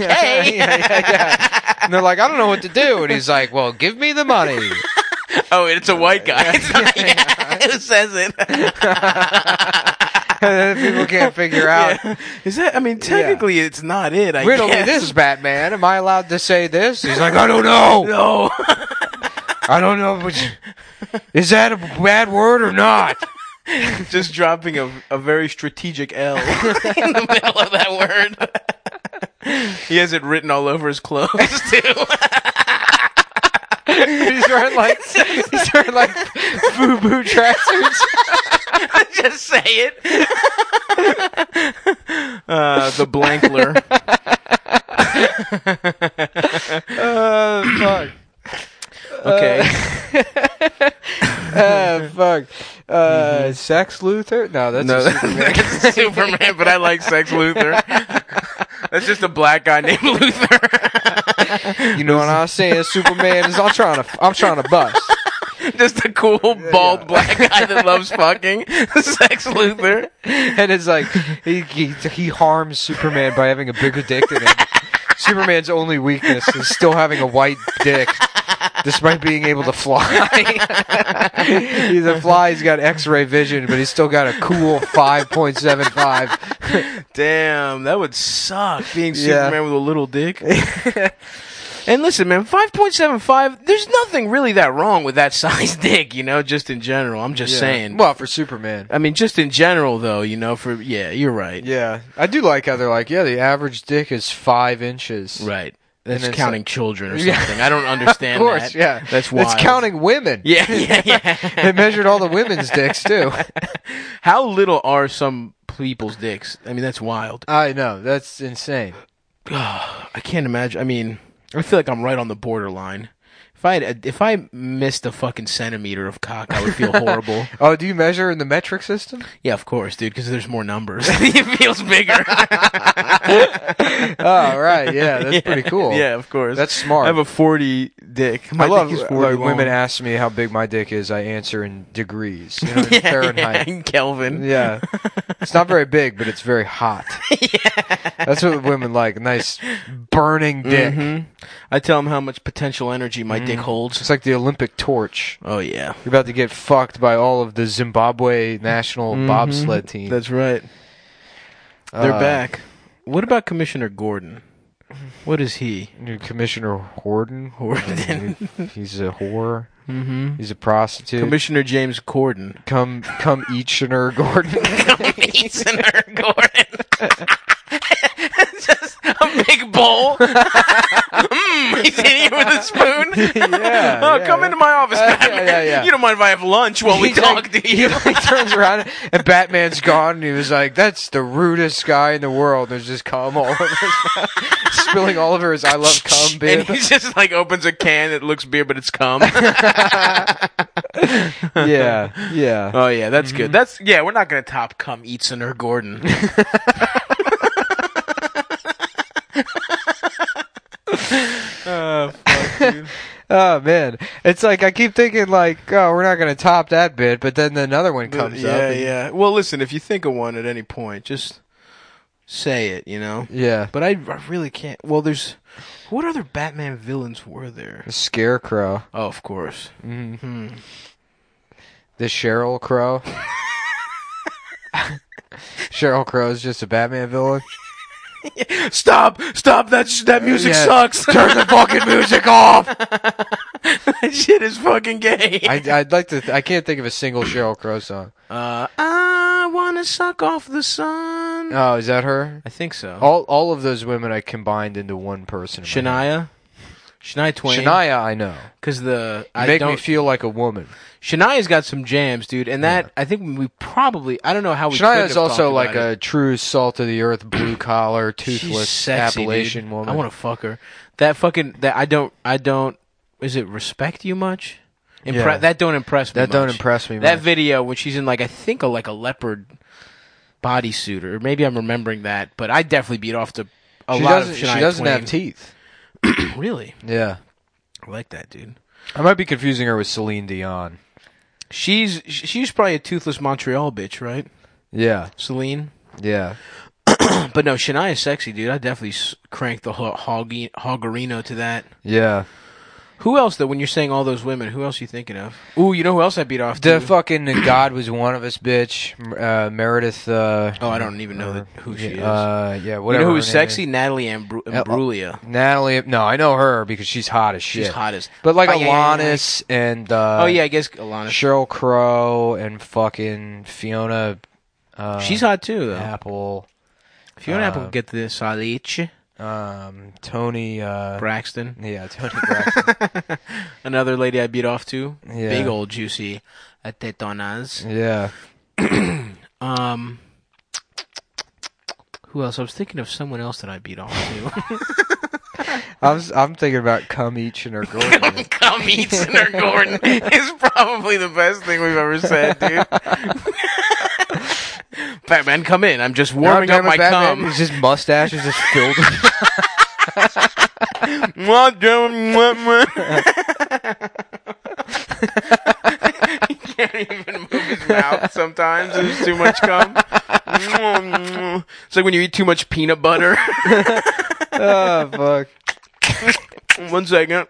S3: okay.
S2: yeah, yeah, yeah. And they're like, "I don't know what to do," and he's like, "Well, give me the money."
S3: Oh, it's a white guy. It's not, yeah, who says it?
S2: And then people can't figure out.
S3: Is that? I mean, technically, it's not it. I
S2: Riddle me
S3: guess.
S2: this, Batman. Am I allowed to say this? He's like, I don't know.
S3: No.
S2: I don't know which. Is that a bad word or not?
S3: Just dropping a, a very strategic L in the middle of that word. he has it written all over his clothes too.
S2: he's wearing like he's wearing like FUBU trousers.
S3: Just say it. uh, the blankler.
S2: Uh, fuck.
S3: Okay.
S2: Uh, fuck. Uh, Sex Luther? No, that's
S3: no,
S2: a Superman.
S3: that's Superman, but I like Sex Luther. That's just a black guy named Luther.
S2: you know what I'm saying? Superman is. I'm trying to. I'm trying to bust.
S3: just a cool, bald black guy that loves fucking. Sex Luther.
S2: And it's like he, he he harms Superman by having a bigger dick than him. Superman's only weakness is still having a white dick, despite being able to fly. he's a fly. He's got X-ray vision, but he's still got a cool five point seven five.
S3: Damn, that would suck being
S2: Yeah.
S3: Superman with a little dick. and listen, man, 5.75, there's nothing really that wrong with that size dick, you know, just in general. I'm just saying.
S2: Well, for Superman.
S3: I mean, just in general, though, you know, for, yeah, you're right.
S2: Yeah, I do like how they're like, yeah, the average dick is five inches.
S3: Right.
S2: And
S3: That's
S2: it's
S3: counting children or something.
S2: Yeah.
S3: I don't
S2: Of
S3: understand
S2: course,
S3: that.
S2: yeah.
S3: That's wild.
S2: It's counting women.
S3: Yeah, yeah,
S2: They
S3: yeah.
S2: measured all the women's dicks too.
S3: How little are some people's dicks? I mean, that's wild.
S2: I know that's insane.
S3: I can't imagine. I mean, I feel like I'm right on the borderline. If I had, if I missed a fucking centimeter of cock, I would feel horrible.
S2: Oh, do you measure in the metric system?
S3: yeah, of course, dude, because there's more numbers. it feels bigger.
S2: Oh, right. Yeah, that's pretty cool.
S3: Yeah, of course.
S2: That's smart.
S3: I have a 40 dick. My
S2: I love
S3: dick is
S2: like,
S3: 40 long.
S2: women ask me how big my dick is. I answer in degrees, you know, in
S3: Yeah,
S2: Fahrenheit.
S3: yeah,
S2: Yeah.
S3: and Kelvin.
S2: it's not very big, but it's very hot. That's what women like. Nice burning dick.
S3: Mhm. I tell them how much potential energy
S2: Mm.
S3: my dick holds.
S2: It's like the Olympic torch.
S3: Oh yeah,
S2: You're about to get fucked by all of the Zimbabwe national bobsled team.
S3: that's right. Mm-hmm. They're
S2: Uh,
S3: back. What about Commissioner Gordon? What is he?
S2: New Commissioner Horton.
S3: Horton.
S2: He's a whore.
S3: Mm-hmm.
S2: He's a prostitute.
S3: Commissioner James Corden.
S2: come, come, Eachner Gordon.
S1: Easoner Gordon. Just a big bowl. mm, he's hitting you with a spoon.
S2: Yeah,
S1: oh,
S2: yeah,
S1: come
S2: yeah.
S1: into my office,
S2: Uh, yeah,
S1: Batman.
S2: yeah, yeah.
S1: You don't mind if I have lunch while we
S2: He,
S1: talk,
S2: like-
S1: do
S2: He
S1: you?
S2: like turns around and Batman's gone. And he was like, "That's the rudest guy in the world." There's just cum all over, his mouth, spilling all over his "I love cum"
S1: and
S2: bib.
S1: he just like opens a can. It looks beer, but it's cum.
S2: Yeah, yeah.
S3: Oh yeah,
S1: That's good. That's yeah. We're not gonna top cum Easoner Gordon. uh, fuck, dude.
S2: Oh man, it's like I keep thinking like, "Oh, we're not gonna top that bit," but then another one comes
S3: yeah,
S2: up. and-
S3: yeah. Well, listen, if you think of one at any point, just say it. You know.
S2: yeah.
S3: But I, I really can't. Well, there's what other Batman villains were there?
S2: The Scarecrow.
S3: Oh, of course. Hmm.
S2: The Cheryl Crow. Cheryl Crow's just a Batman villain.
S1: Stop! Stop! That sh- that music
S2: yeah.
S1: sucks.
S2: Turn the fucking music off.
S1: that shit is fucking gay.
S2: I, I'd like to. Th- I can't think of a single Cheryl Crow song.
S3: Uh, I wanna suck off the sun.
S2: Oh, is that her?
S3: I think so.
S2: All all of those women I combined into one person. in my head.
S3: Shania. Shania Twain.
S2: Shania, I know.
S3: Because the
S2: You
S3: I
S2: make
S3: don't.
S2: me feel like a woman.
S3: Shania's got some jams, dude, and that I think we probably I don't know how we. couldn't
S2: Shania is
S3: have
S2: also
S3: talked
S2: like
S3: about
S2: a
S3: it.
S2: true salt of the earth, blue collar, toothless
S3: She's sexy,
S2: Appalachian
S3: dude.
S2: woman.
S3: I want to fuck her. That fucking that I don't I don't is it respect you much? Impre-
S2: Yeah.
S3: That don't impress me.
S2: that don't
S3: much.
S2: impress me.
S3: That
S2: much.
S3: video when she's in like I think a, like a leopard bodysuit, or maybe I'm remembering that, but I definitely beat off to a
S2: she
S3: lot
S2: doesn't.
S3: of Shania
S2: she doesn't
S3: Twain.
S2: have teeth.
S3: Really,
S2: Yeah,
S3: I like that dude.
S2: I might be confusing her with Celine Dion.
S3: She's she's probably a toothless Montreal bitch, right,
S2: Yeah,
S3: Celine?
S2: yeah.
S3: But no, Shania's sexy, dude. I definitely s- cranked the ho- hoggy- hoggerino to that.
S2: Yeah.
S3: Who else though? When you're saying all those women, who else you thinking of? Ooh, you know who else I beat off?
S2: The
S3: to?
S2: fucking God was one of us, bitch. Uh, Meredith. Uh,
S3: Oh, I don't even know that- who she is.
S2: Uh, yeah,
S3: you
S2: whatever.
S3: know who
S2: her
S3: was
S2: name
S3: sexy? Natalie Ambru-
S2: Uh,
S3: Imbruglia.
S2: is. Natalie. No, I know her because she's hot as shit.
S3: She's hot as.
S2: But like
S3: Oh, yeah, yeah, yeah.
S2: Alanis and uh,
S3: oh yeah, I guess Alana.
S2: Cheryl Crow and fucking Fiona. Uh,
S3: She's hot too. Though.
S2: Apple.
S3: Fiona Apple
S2: uh,
S3: could get the Salich
S2: Um, Tony. Uh,
S3: Braxton.
S2: yeah, Tony. Braxton.
S3: Another lady I beat off to.
S2: Yeah.
S3: Big old juicy. uh, Tetonas.
S2: yeah.
S3: Um. Who else? I was thinking of someone else that I beat off to.
S2: I was, I'm thinking about cum each and her Gordon.
S1: Come Easoner Gordon is probably the best thing we've ever said, dude.
S3: Batman, come in. I'm just warming
S2: Now I'm
S3: up my
S2: talking about Batman,
S3: cum.
S2: His just mustache is just filled. with-
S1: Mwah, dum, mwah, mwah. he can't even move his mouth sometimes. There's too much cum. Mwah, mwah.
S3: It's like when you eat too much peanut butter.
S2: oh fuck.
S1: One second.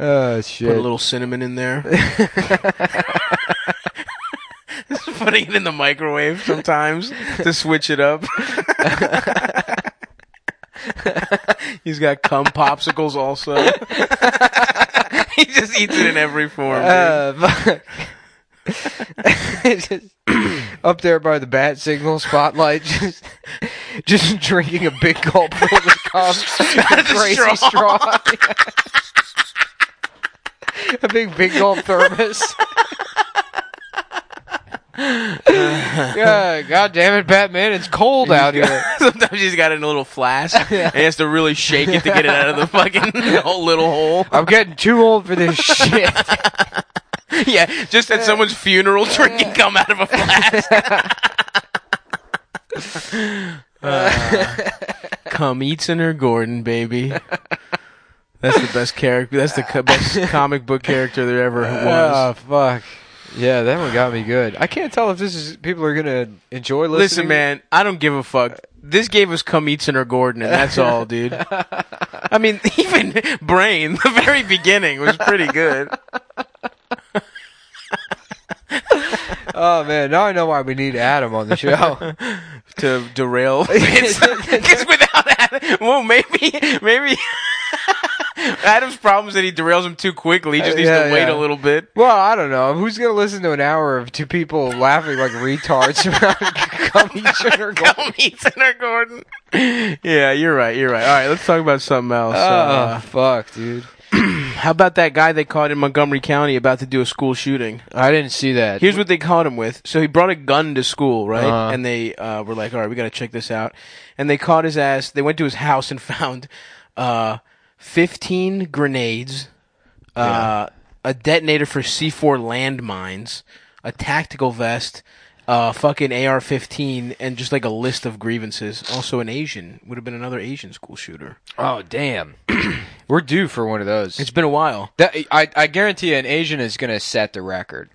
S2: Oh
S3: Put a
S2: shit.
S3: little cinnamon in there.
S1: Just putting it in the microwave sometimes to switch it up.
S3: He's got cum popsicles also.
S1: he just eats it in every form. dude.
S2: Uh, fuck. It's just up there by the bat signal spotlight, just just drinking a big gulp full of cum, a crazy straw, a big big gulp thermos. yeah, God damn it, Batman! It's cold out here.
S1: Sometimes he's got it in a little flask and he has to really shake it to get it out of the fucking whole little hole.
S2: I'm getting too old for this shit.
S1: Yeah, just at someone's funeral, drinking cum out of a flask.
S3: Uh, cum eats in her Gordon, baby. That's the best character. That's the co- best comic book character there ever was.
S2: Oh fuck. Yeah, that one got me good. I can't tell if this is people are gonna enjoy listening.
S3: Listen, man, I don't give a fuck. This gave us cum eats in her Gordon, and that's all, dude. I mean, even
S1: Brain, the very beginning was pretty good.
S2: Oh man, now I know why we need Adam on the show.
S3: to derail.
S1: It's because without Adam, well, maybe, maybe Adam's problem is that he derails him too quickly. He
S3: Uh,
S1: just needs
S2: Yeah,
S1: to wait
S2: yeah.
S1: a little bit.
S2: Well, I don't know. Who's gonna listen to an hour of two people laughing like retards about gummy sugar? gold?
S1: Come meet Senator Gordon.
S3: yeah, you're right. You're right. All right, let's talk about something else.
S2: Oh fuck, dude!
S3: Uh, how about that guy they caught in Montgomery County about to do a school shooting?
S2: I didn't see that.
S3: Here's what they caught him with. So he brought a gun to school, right?
S2: Uh-huh.
S3: And they uh, were like, "All right, we got to check this out." And they caught his ass. They went to his house and found uh, 15 grenades, uh, a detonator for C4 landmines, a tactical vest, uh, fucking AR-15, and just like a list of grievances. Also, an Asian would have been another Asian school shooter.
S2: oh damn, we're due for one of those.
S3: It's been a while.
S2: That, I, I guarantee you, an Asian is gonna set the record.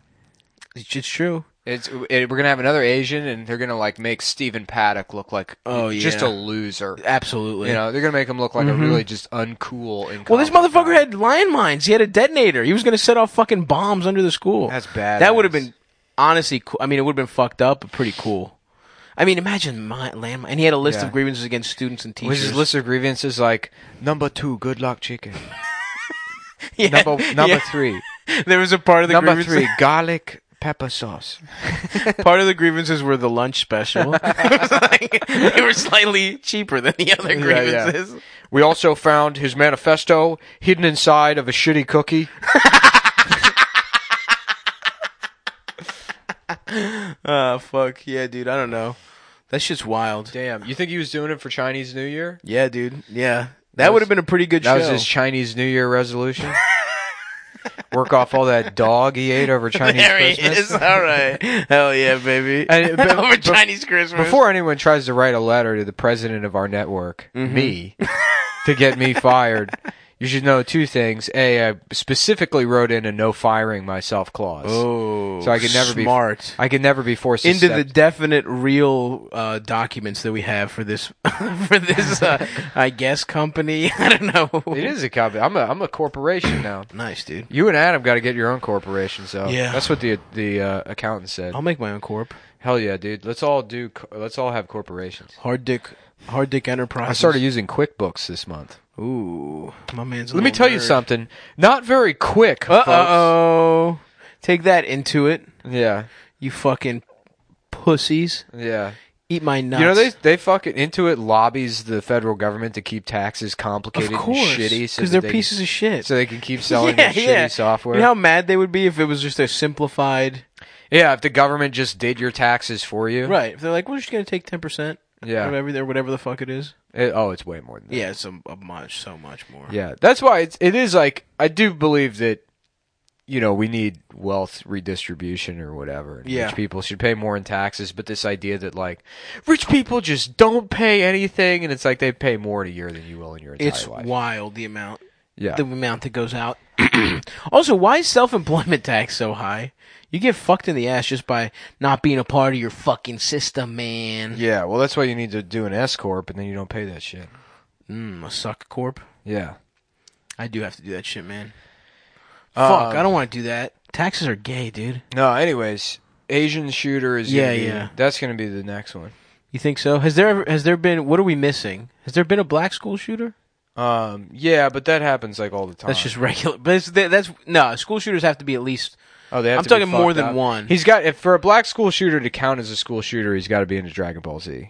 S3: It's, it's true.
S2: It's it, we're gonna have another Asian, and they're gonna like make Stephen Paddock look like
S3: Oh, yeah.
S2: just a loser.
S3: Absolutely.
S2: You know, they're gonna make him look like a really just uncool. And
S3: Well, this motherfucker had landmines. He had a detonator. He was going to set off fucking bombs under the school.
S2: That's bad.
S3: That would have been honestly. Cool. I mean, it would have been fucked up, but pretty cool. I mean, imagine my landmine. And he had a list
S2: Yeah.
S3: of grievances against students and teachers.
S2: Was his list of grievances like number two, good luck chicken.
S3: Yeah.
S2: Number number
S3: Yeah.
S2: three,
S3: There was a part of the
S2: number
S3: grievances.
S2: three, garlic pepper sauce.
S3: Part of the grievances were the lunch special.
S1: It was like- they were slightly cheaper than the other
S2: yeah.
S1: grievances.
S2: We also found his manifesto hidden inside of a shitty cookie.
S3: uh, fuck yeah, dude. I don't know. That shit's wild.
S2: Damn, you think he was doing it for Chinese New Year?
S3: Yeah, dude. Yeah, that, would have been a pretty good
S2: That
S3: show.
S2: was his Chinese New Year resolution. Work off all that dog he ate over Chinese
S1: There he
S2: Christmas.
S1: is. All right.
S3: Hell yeah, baby.
S2: And- but-
S1: Over
S2: but-
S1: Chinese Christmas.
S2: Before anyone tries to write a letter to the president of our network,
S3: Mm-hmm.
S2: me, to get me fired, you should know two things. A, I specifically wrote in a no firing myself clause.
S3: oh,
S2: so I could never be
S3: smart.
S2: I could never be forced
S3: into
S2: to
S3: the
S2: step-
S3: definite real uh, documents that we have for this for this uh, I guess company. I don't know.
S2: It is a company. I'm a I'm a corporation now.
S3: nice, dude.
S2: You and Adam got to get your own corporation. So
S3: Yeah. Oh.
S2: that's what the the uh, accountant said.
S3: I'll make my own corp.
S2: Hell yeah, dude. Let's all do. co- Let's all have corporations.
S3: Hard dick, hard dick enterprise.
S2: I started using QuickBooks this month.
S3: Ooh, my man's. a
S2: Let me
S3: little
S2: tell you
S3: nerd.
S2: something. Not very quick.
S3: Uh
S2: folks.
S3: oh. Take that into it,
S2: Yeah.
S3: you fucking pussies.
S2: Yeah.
S3: Eat my nuts.
S2: You know they they fucking Intuit lobbies the federal government to keep taxes complicated
S3: of course,
S2: and shitty so that
S3: they're
S2: they can-
S3: pieces of shit.
S2: so they can keep selling
S3: yeah,
S2: their
S3: yeah.
S2: shitty software.
S3: You know how mad they would be if it was just a simplified.
S2: yeah, if the government just did your taxes for you.
S3: Right. If they're like, we're just gonna take ten percent.
S2: Yeah.
S3: Whatever, whatever the fuck it is.
S2: It- oh, it's way more than that.
S3: Yeah, it's a, a much, so much more.
S2: Yeah, that's why it's it is like I do believe that you know we need wealth redistribution or whatever. and
S3: Yeah.
S2: rich people should pay more in taxes, but this idea that like rich people just don't pay anything, and it's like they pay more in a year than you will in your entire
S3: it's
S2: life.
S3: wild the amount,
S2: yeah,
S3: the amount that goes out. also, why is self-employment tax so high? You get fucked in the ass just by not being a part of your fucking system, man.
S2: yeah. Well, that's why you need to do an S corp, and then you don't pay that shit.
S3: Mm, a suck corp.
S2: Yeah,
S3: I do have to do that shit, man.
S2: Um,
S3: Fuck, I don't want to do that. Taxes are gay, dude.
S2: no. Anyways, Asian shooter is gonna
S3: Yeah,
S2: be-
S3: yeah.
S2: That's gonna be the next one.
S3: You think so? Has there ever, has there been? What are we missing? Has there been a black school shooter?
S2: Um, yeah, but that happens like all the time.
S3: That's just regular. But it's, that- that's no. School shooters have to be at least.
S2: Oh, they have
S3: I'm
S2: to be
S3: talking more
S2: fucked
S3: than
S2: up.
S3: one.
S2: He's got if for a black school shooter to count as a school shooter, he's got to be into Dragon Ball Z.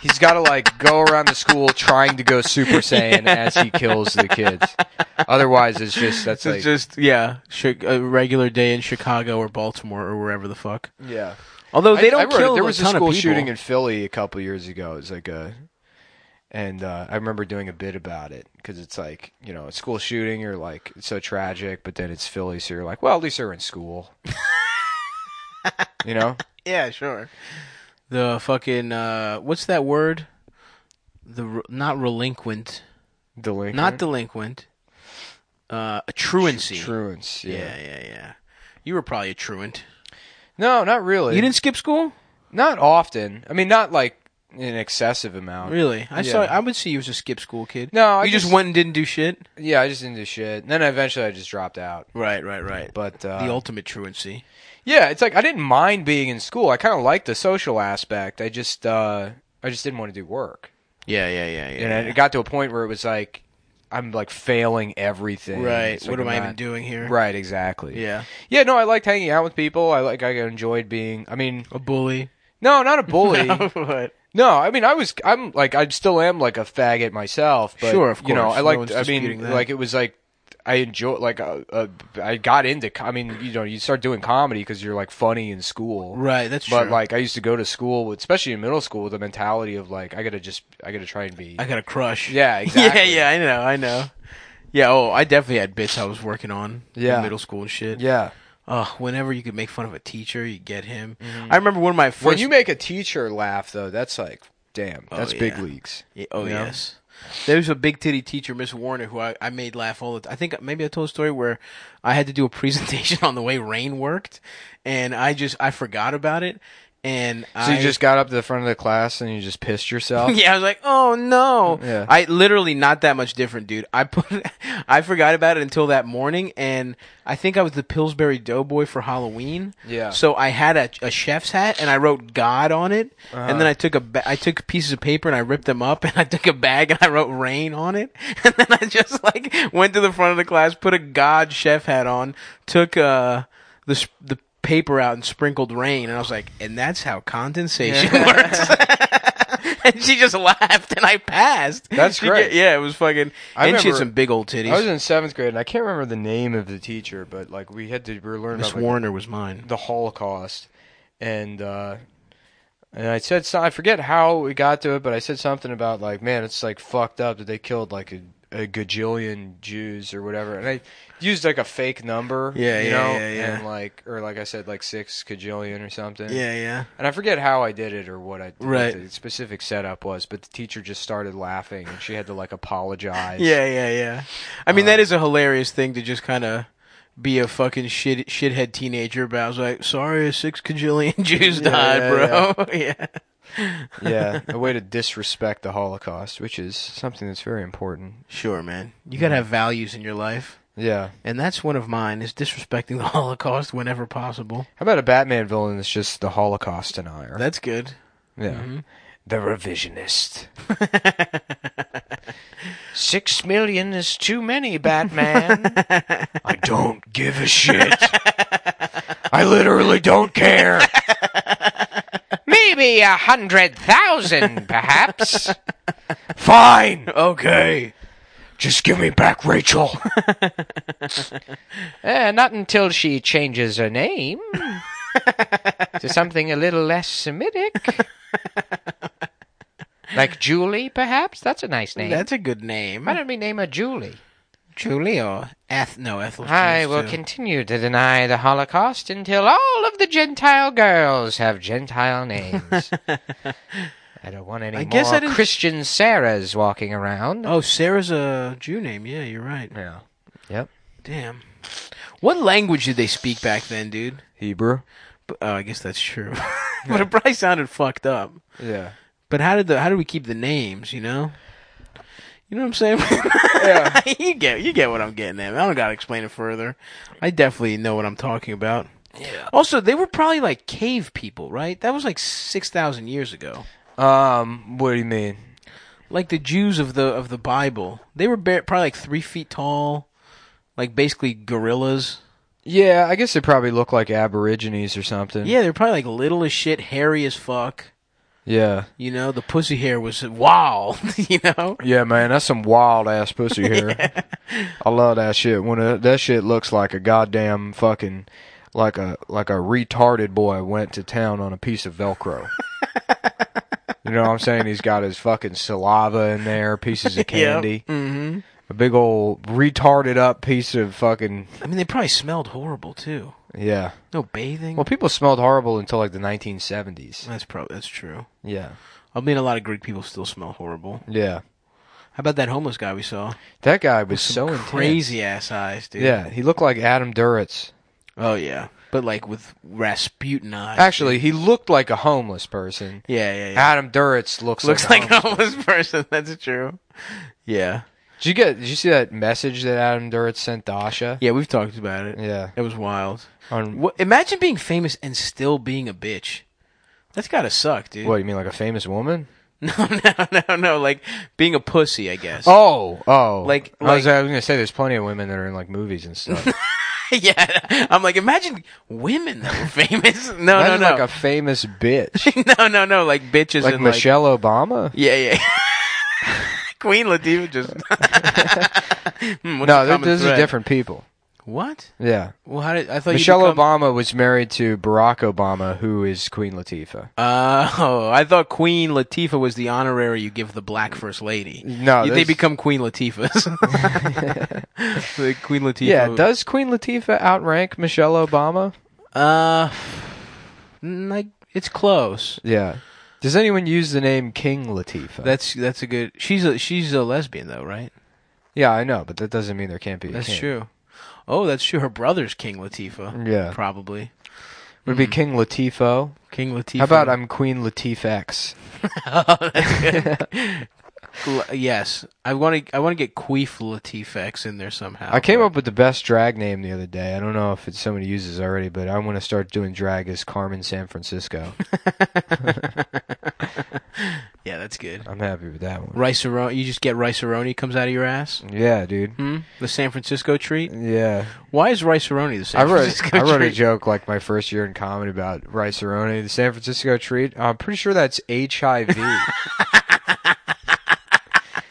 S2: he's got to like go around the school trying to go Super Saiyan as he kills the kids. Otherwise, it's just that's like
S3: It's just yeah, chi- a regular day in Chicago or Baltimore or wherever the fuck.
S2: yeah.
S3: Although they
S2: I-
S3: don't
S2: I wrote it.
S3: kill
S2: There
S3: a
S2: was a
S3: ton of
S2: school
S3: people.
S2: shooting in Philly a couple years ago. It was like a, and uh, I remember doing a bit about it because it's like you know a school shooting. You're like it's so tragic, but then it's Philly, so you're like, well, at least they're in school. you know,
S3: yeah, sure. The fucking uh, what's that word? The re- not relinquent,
S2: delinquent,
S3: not delinquent. Uh, a truancy.
S2: truants. Yeah.
S3: yeah, yeah, yeah. You were probably a truant.
S2: no, not really.
S3: You didn't skip school?
S2: Not often. I mean, not like an excessive amount.
S3: Really? I
S2: Yeah.
S3: saw. I would see you as a skip school kid.
S2: No, I
S3: you just,
S2: just-
S3: went and didn't do shit.
S2: Yeah, I just didn't do shit. And then eventually I just dropped out.
S3: Right, right, right.
S2: But uh,
S3: the ultimate truancy.
S2: yeah, it's like I didn't mind being in school. I kind of liked the social aspect. I just uh, I just didn't want to do work.
S3: Yeah, yeah, yeah, yeah.
S2: And it got to a point where it was like I'm like failing everything.
S3: right.
S2: It's like
S3: What am
S2: I'm
S3: I
S2: not-
S3: even doing here?
S2: Right, exactly.
S3: Yeah.
S2: Yeah, no, I liked hanging out with people. I like I enjoyed being I mean,
S3: A bully.
S2: no, not a bully.
S3: What?
S2: No, I mean I was I'm like I still am like a faggot myself. But,
S3: Sure, of
S2: You know,
S3: course.
S2: I
S3: No
S2: like
S3: one's
S2: I mean
S3: disputing that.
S2: like it was like I enjoy like uh, uh, I got into co- I mean you know you start doing comedy because you're like funny in school.
S3: Right. That's
S2: But
S3: true.
S2: like I used to go to school, with, especially in middle school, with the mentality of like I gotta just I gotta try and be.
S3: I got a crush.
S2: Yeah, exactly.
S3: yeah, yeah. I know. I know. Yeah. Oh, I definitely had bits I was working on.
S2: Yeah.
S3: In middle school and shit.
S2: yeah.
S3: Ugh, whenever you could make fun of a teacher, you get him. I remember one of my first.
S2: Mm-hmm. When you make a teacher laugh, though, that's like damn, that's big
S3: Oh, yeah.
S2: leagues.
S3: Yeah, oh
S2: You know?
S3: yes. There was a big titty teacher, Miss Warner, who I, I made laugh all the time. I think maybe I told a story where I had to do a presentation on the way rain worked, and I just I forgot about it, and
S2: So
S3: I
S2: you just got up to the front of the class and you just pissed yourself.
S3: yeah I was like oh no
S2: Yeah.
S3: I literally not that much different, dude. I put I forgot about it until that morning, and I think I was the Pillsbury Doughboy for Halloween.
S2: Yeah.
S3: So I had a, a chef's hat and I wrote God on it,
S2: Uh-huh.
S3: and then I took a ba- I took pieces of paper and I ripped them up, and I took a bag and I wrote rain on it, and then I just like went to the front of the class, put a God chef hat on, took uh the sp- the paper out and sprinkled rain, and I was like, and that's how condensation works. and she just laughed, and I passed.
S2: That's
S3: She get-
S2: great.
S3: yeah, it was fucking.
S2: I
S3: and she had
S2: remember-
S3: some big old titties.
S2: I was in seventh grade, and I can't remember the name of the teacher, but like we had to we were learning
S3: Miss
S2: about like,
S3: Warner was mine.
S2: the Holocaust, and uh, and I said so, I forget how we got to it, but I said something about like, man, it's like fucked up that they killed like a, a gajillion Jews or whatever, and I used like a fake number,
S3: Yeah,
S2: you
S3: yeah,
S2: know,
S3: yeah, yeah.
S2: and like or like I said like six gajillion or something,
S3: Yeah, yeah.
S2: and I forget how I did it or what I what
S3: Right.
S2: the specific setup was, but the teacher just started laughing and she had to like apologize,
S3: Yeah, yeah, yeah. I mean, that is a hilarious thing to just kind of be a fucking shit shithead teenager. But I was like, sorry, six cajillion Jews
S2: Yeah,
S3: died,
S2: yeah,
S3: bro. yeah.
S2: yeah, a way to disrespect the Holocaust, which is something that's very important.
S3: Sure, man. You gotta have values in your life,
S2: Yeah.
S3: and that's one of mine: is disrespecting the Holocaust whenever possible.
S2: How about a Batman villain that's just the Holocaust denier?
S3: That's good.
S2: yeah. The revisionist. Six million is too many, Batman. I don't give a shit. I literally don't care. Maybe a hundred thousand, perhaps. Fine.
S3: Okay.
S2: Just give me back Rachel. uh, not until she changes her name to something a little less Semitic. like Julie, perhaps? That's a nice name.
S3: That's a good name.
S2: Why don't we name her Julie?
S3: Julie or Eth? No, Ethel.
S2: I will continue to deny the Holocaust until all of the Gentile girls have Gentile names. I don't want any
S3: I guess
S2: more
S3: I didn't-
S2: Christian Sarahs walking around.
S3: Oh, Sarah's a Jew name. Yeah, you're right.
S2: Yeah. Yep.
S3: Damn. What language did they speak back then, dude?
S2: Hebrew.
S3: But, oh, I guess that's true. but it probably sounded fucked up.
S2: Yeah.
S3: But how did the how did we keep the names? You know, you know what I'm saying?
S2: Yeah.
S3: you get you get what I'm getting at. I don't gotta explain it further. I definitely know what I'm talking about. Yeah. Also, they were probably like cave people, right? That was like six thousand years ago.
S2: Um, what do you mean?
S3: Like the Jews of the of the Bible, they were ba- probably like three feet tall, like basically gorillas.
S2: Yeah, I guess they probably look like Aborigines or something.
S3: Yeah, they're probably like little as shit, hairy as fuck.
S2: Yeah.
S3: You know, the pussy hair was wild. You know,
S2: Yeah, man, that's some wild ass pussy here. I love that shit. When it, that shit looks like a goddamn fucking like a like a retarded boy went to town on a piece of Velcro. you know what I'm saying? He's got his fucking saliva in there, pieces of candy,
S3: Mm-hmm.
S2: a big old retarded up piece of fucking
S3: I mean, they probably smelled horrible too.
S2: yeah.
S3: No bathing.
S2: Well, people smelled horrible until like the 1970s.
S3: that's probably that's true.
S2: Yeah,
S3: I mean, a lot of Greek people still smell horrible.
S2: yeah.
S3: How about that homeless guy we saw?
S2: That guy was so intense.
S3: Crazy ass eyes, dude.
S2: Yeah, he looked like Adam Duritz.
S3: Oh yeah. But like with Rasputin eyes.
S2: Actually, he looked like a homeless person.
S3: yeah, yeah, yeah.
S2: Adam Duritz looks
S1: Looks
S2: like,
S1: like
S2: a
S1: a
S2: homeless-
S1: homeless person. That's true.
S3: Yeah.
S2: Did you get? Did you see that message that Adam Duritz sent to Asha?
S3: Yeah, we've talked about it.
S2: Yeah.
S3: It was wild.
S2: On
S3: What, imagine being famous and still being a bitch. That's gotta suck, dude.
S2: what you mean, like a famous woman?
S3: No, no, no, no. Like being a pussy, I guess.
S2: Oh, oh.
S3: Like-
S2: I was,
S3: like-
S2: I was gonna say, there's plenty of women that are in like movies and stuff.
S3: yeah. I'm like, imagine women that were famous. No,
S2: Imagine,
S3: no,
S2: Like
S3: no.
S2: a famous bitch,
S3: no, no, no. Like bitches
S2: like
S3: and
S2: Michelle Obama.
S3: Yeah, yeah.
S1: Queen Latifah just.
S3: Hmm,
S2: No,
S3: what's the
S2: th-
S3: common
S2: those are
S3: thread?
S2: different people.
S3: What?
S2: Yeah,
S3: Well, how did I thought
S2: Michelle
S3: you become,
S2: Obama was married to Barack Obama, who is Queen Latifah.
S3: Uh, oh, I thought Queen Latifah was the honorary you give the black first lady.
S2: No,
S3: You- they
S2: there's-
S3: become Queen Latifahs. The Queen Latifah.
S2: Yeah, does Queen Latifah outrank Michelle Obama?
S3: Uh, mm, like it's close.
S2: Yeah. Does anyone use the name King Latifah?
S3: That's that's a good. She's a she's a lesbian though, right?
S2: yeah, I know, but that doesn't mean there can't be. a
S3: That's
S2: king.
S3: true. Oh, that's true. Her brother's King Latifah.
S2: Yeah,
S3: Probably
S2: would
S3: Mm.
S2: be King Latifo.
S3: King Latifah. Oh,
S2: How about I'm Queen Latif X?
S3: L- yes, I want to. I want to get Queef Latifex in there somehow.
S2: I came up with the best drag name the other day. I don't know if it's somebody uses already, but I want to start doing drag as Carmen San Francisco.
S3: Yeah, that's good.
S2: I'm happy with that one.
S3: Rice You just get rice comes out of your ass.
S2: Yeah, dude.
S3: Hmm? The San Francisco treat.
S2: Yeah.
S3: Why is rice the San
S2: I wrote
S3: Francisco
S2: I wrote a
S3: treat?
S2: joke like my first year in comedy about riceroni, the San Francisco treat. I'm pretty sure that's HIV. I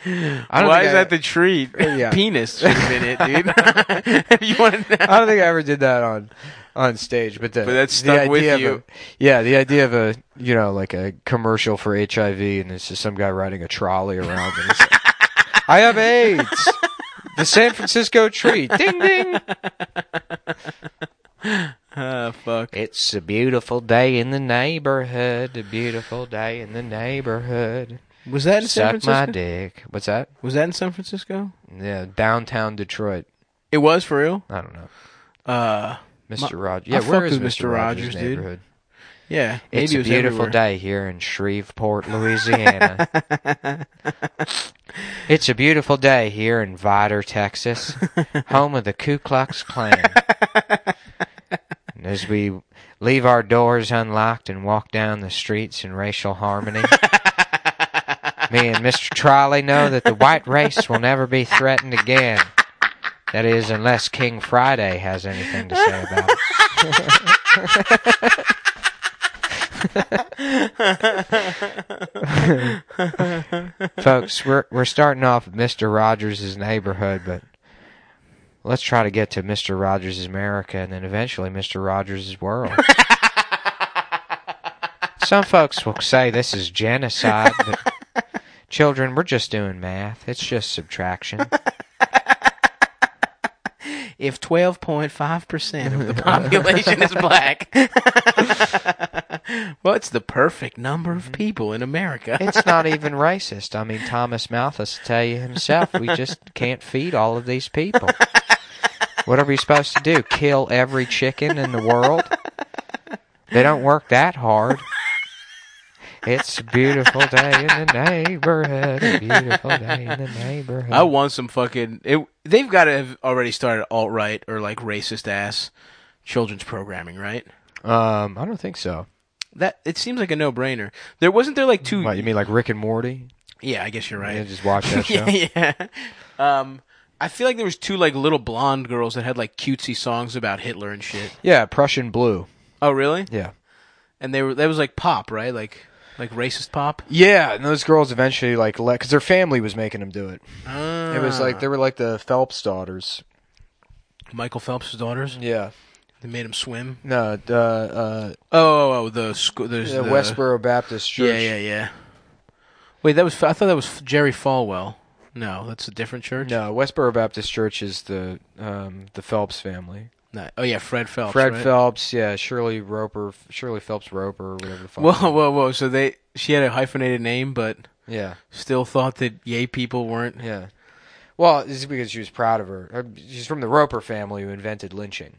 S2: don't
S1: Why
S2: think
S1: is
S2: I-
S1: that the treat?
S2: Yeah.
S3: Penis should have been it, dude. if you want to
S2: I don't think I ever did that on on stage, but the
S1: But that
S2: the
S1: stuck with
S2: idea of
S1: you.
S2: a- yeah, the idea of a you know like a commercial for HIV, and it's just some guy riding a trolley around. And it's like, I have AIDS. The San Francisco tree. Ding ding.
S3: Ah, fuck.
S2: It's a beautiful day in the neighborhood. A beautiful day in the neighborhood.
S3: Was that in San
S2: Suck my
S3: Francisco?
S2: dick. What's that?
S3: Was that in San Francisco?
S2: Yeah, downtown Detroit.
S3: It was for real.
S2: I don't know.
S3: Uh,
S2: Mr. Rogers.
S3: I
S2: Yeah, where
S3: fuck
S2: is
S3: with
S2: Mr.
S3: Mr.
S2: Rogers',
S3: Rogers, dude.
S2: neighborhood?
S3: yeah. Maybe
S2: it's
S3: it
S2: a
S3: was
S2: beautiful
S3: everywhere.
S2: day here in Shreveport, Louisiana. it's a beautiful day here in Vider, Texas, home of the Ku Klux Klan. And as we leave our doors unlocked and walk down the streets in racial harmony, me and Mr. Trolley know that the white race will never be threatened again. That is, unless King Friday has anything to say about it. folks, we're we're starting off with Mr. Rogers' neighborhood, but let's try to get to Mr. Rogers' America and then eventually Mr. Rogers' world. Some folks will say this is genocide, but children, we're just doing math. It's just subtraction.
S3: If twelve point five percent of the population is black, well, it's the perfect number of people in America.
S2: It's not even racist. I mean, Thomas Malthus will tell you himself, we just can't feed all of these people. What are we supposed to do? Kill every chicken in the world? They don't work that hard. It's a beautiful day in the neighborhood. A beautiful day in the neighborhood.
S3: I want some fucking. It, they've got to have already started alt right or like racist ass children's programming, right?
S2: um, I don't think so.
S3: That it seems like a no brainer. There wasn't there like two.
S2: you mean like Rick and Morty?
S3: Yeah, I guess you're right.
S2: Yeah, just watch that show.
S3: yeah, yeah. Um, I feel like there was two like little blonde girls that had like cutesy songs about Hitler and shit.
S2: Yeah, Prussian Blue.
S3: Oh, really?
S2: Yeah.
S3: And they were that was like pop, right? Like like racist pop.
S2: Yeah, and those girls eventually like let because their family was making them do it.
S3: Ah.
S2: It was like they were like the Phelps daughters.
S3: Michael Phelps' daughters.
S2: Yeah.
S3: They made him swim.
S2: No, uh, uh,
S3: Oh, oh, oh the school. There's
S2: the
S3: the
S2: Westboro Baptist Church.
S3: Yeah, yeah, yeah. Wait, that was I thought that was Jerry Falwell. No, that's a different church.
S2: No, Westboro Baptist Church is the um, the Phelps family.
S3: No. Oh yeah, Fred Phelps.
S2: Fred
S3: right?
S2: Phelps, yeah, Shirley Roper, Shirley Phelps Roper, or whatever the fuck.
S3: Whoa, whoa, whoa! So they she had a hyphenated name, but
S2: yeah,
S3: still thought that yay people weren't.
S2: yeah. Well, this is Uh, because she was proud of her. Her- She's from the Roper family who invented lynching.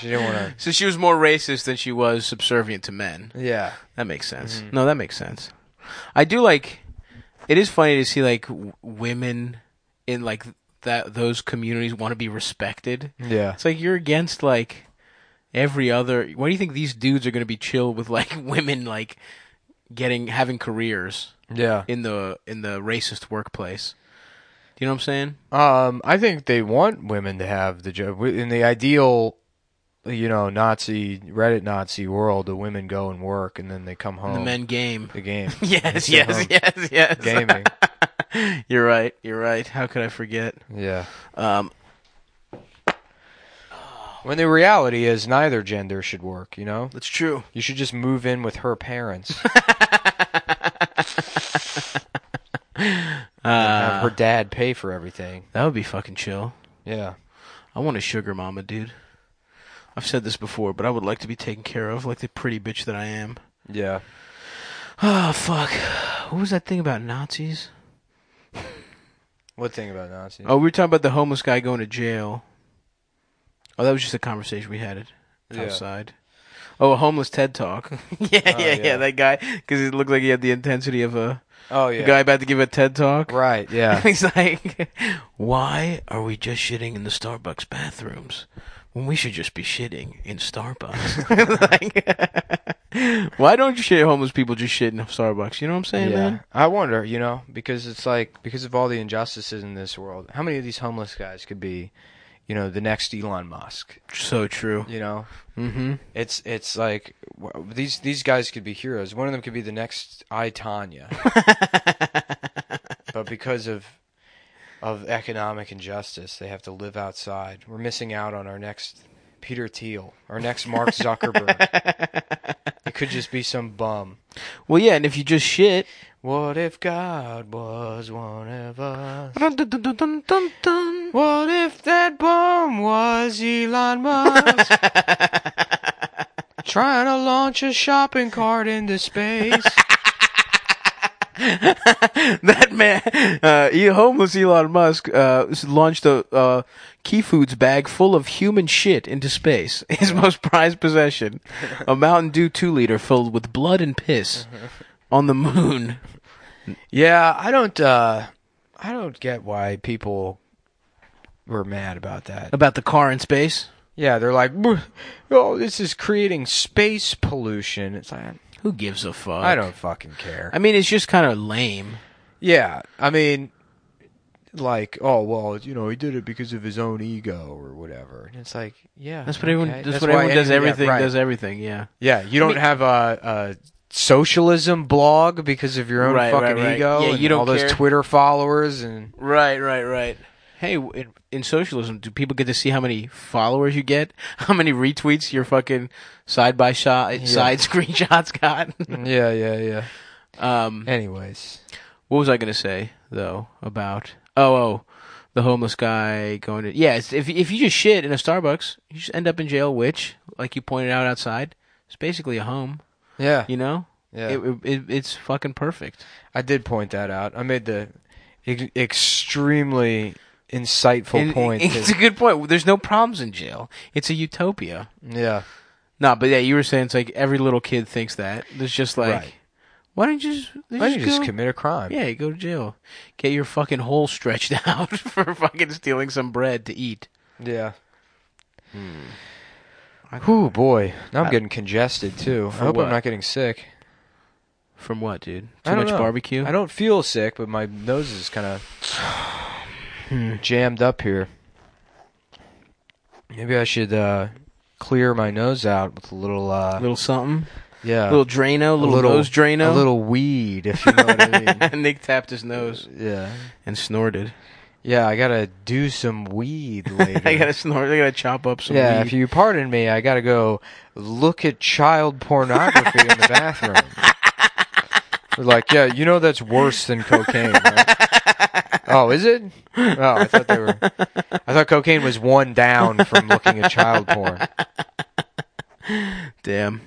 S2: She didn't want
S3: So she was more racist than she was subservient to men.
S2: to. Yeah.
S3: That makes sense. No, that makes sense. I do like. It is funny to see like w- women in like that those communities want to be respected.
S2: Yeah.
S3: It's like you're against like every other. Why do you think these dudes are going to be chill with like women like getting having careers
S2: Yeah.
S3: in the in the racist workplace? Do you know what I'm saying?
S2: Um, I think they want women to have the job. In the ideal, you know, Nazi Reddit Nazi world, the women go and work, and then they come home.
S3: The men game.
S2: The game.
S3: Yes,
S2: They come
S3: yes,
S2: home
S3: yes, yes.
S2: Gaming.
S3: You're right. You're right. How could I forget?
S2: yeah.
S3: Um,
S2: When the reality is neither gender should work. You know,
S3: that's true.
S2: you should just move in with her parents. and
S3: Uh.
S2: have her dad pay for everything.
S3: That would be fucking chill.
S2: Yeah.
S3: I want a sugar mama, dude. I've said this before, but I would like to be taken care of like the pretty bitch that I am.
S2: Yeah.
S3: Oh, fuck. What was that thing about Nazis?
S2: What thing about Nazis?
S3: Oh, we were talking about the homeless guy going to jail. Oh, that was just a conversation we had it
S2: Yeah.
S3: outside. Oh, a homeless TED talk. yeah, yeah, yeah,
S2: yeah.
S3: That guy, because it looked like he had the intensity of a
S2: Oh, yeah.
S3: guy about to give a TED talk.
S2: Right. Yeah.
S3: He's like, why are we just shitting in the Starbucks bathrooms when we should just be shitting in Starbucks? like, why don't you shit homeless people just shit in Starbucks? You know what I'm saying, man?
S2: I wonder, you know, because it's like because of all the injustices in this world, how many of these homeless guys could be, you know, the next Elon Musk?
S3: So true.
S2: You know,
S3: Mm-hmm.
S2: it's it's like w- these these guys could be heroes. One of them could be the next I Tanya, but because of of economic injustice, they have to live outside. We're missing out on our next Peter Thiel, our next Mark Zuckerberg. it could just be some bum.
S3: Well, yeah, and if you just shit,
S2: What if God was one of us?
S3: dun-dun-dun-dun-dun.
S2: What if that bum was Elon Musk? Trying to launch a shopping cart into space.
S3: that man, uh, E- homeless Elon Musk, uh, s- launched a uh, Key Foods bag full of human shit into space. His most prized possession, a Mountain Dew two liter filled with blood and piss, on the moon.
S2: yeah, I don't uh I don't get why people were mad about that.
S3: About the car in space.
S2: Yeah, they're like, "Bruh, "Oh, this is creating space pollution." It's like
S3: Who gives a fuck?
S2: I don't fucking care.
S3: I mean, it's just kind of lame.
S2: Yeah, I mean, like, oh well, you know, he did it because of his own ego or whatever. And it's like, yeah,
S3: That's what everyone.
S2: okay.
S3: That's, what
S2: why
S3: everyone does.
S2: anyone- yeah,
S3: Everything
S2: right.
S3: does everything. Yeah.
S2: Yeah, you don't have a, a socialism blog because of your own
S3: Right, right,
S2: fucking
S3: right.
S2: ego.
S3: Yeah,
S2: and
S3: you don't
S2: all
S3: care.
S2: those Twitter followers and
S3: Right, right, right. Hey, w- in, in socialism, do people get to see how many followers you get? How many retweets your fucking side by side side screenshots got?
S2: yeah, yeah, yeah.
S3: um,
S2: Anyways,
S3: what was I gonna say though about? Oh, oh, the homeless guy going to yeah. It's, if if you just shit in a Starbucks, you just end up in jail. Which, like you pointed out outside, it's basically a home.
S2: yeah,
S3: You know,
S2: yeah.
S3: it, it, it- it's fucking perfect.
S2: I did point that out. I made the ex- extremely insightful
S3: And-
S2: point.
S3: It's a
S2: that-
S3: good point. There's no problems in jail. It's a utopia.
S2: yeah,
S3: No, but yeah, you were saying it's like every little kid thinks that. It's just like,
S2: Right.
S3: why don't you just, they
S2: I
S3: just
S2: didn't just
S3: go-
S2: commit a crime.
S3: Yeah, you go to jail. Get your fucking hole stretched out for fucking stealing some bread to eat.
S2: Yeah. Whew, boy. Now I'm getting congested too. I hope
S3: Hmm. what?
S2: I'm not getting sick.
S3: From what, dude?
S2: I
S3: Too
S2: don't
S3: much
S2: know.
S3: barbecue?
S2: I don't feel sick, but my nose is kind of jammed up here. Maybe I should uh, clear my nose out with a little, uh,
S3: a little something?
S2: yeah,
S3: A little Drano? A little, nose Drano?
S2: a Uh, little weed, if you know what I mean.
S3: Nick tapped his nose
S2: Yeah,
S3: and snorted.
S2: yeah. I gotta do some weed later.
S3: I gotta snort. I gotta chop up some
S2: yeah,
S3: weed.
S2: if you pardon me, I gotta go look at child pornography in the bathroom. They're like, yeah, you know that's worse than cocaine. Right? oh, is it? Oh, I thought they were. I thought cocaine was one down from looking at child porn.
S3: Damn.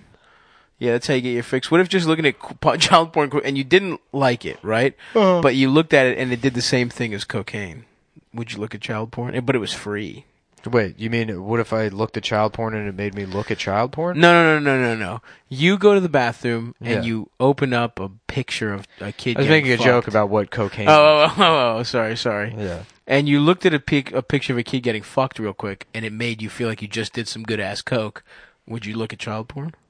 S3: Yeah, that's how you get your fix. What if just looking at qu- po- child porn qu- and you didn't like it, right? But you looked at it and it did the same thing as cocaine. Would you look at child porn? Eh, But it was free.
S2: Wait, you mean what if I looked at child porn and it made me look at child porn?
S3: No, no, no, no, no, no. You go to the bathroom and
S2: Yeah.
S3: you open up a picture of a kid.
S2: I was
S3: getting
S2: making a
S3: fucked.
S2: joke about what cocaine.
S3: Oh, oh, oh, oh, oh, sorry, sorry.
S2: yeah.
S3: And you looked at a, pic, a picture of a kid getting fucked real quick, and it made you feel like you just did some good ass coke. Would you look at child porn?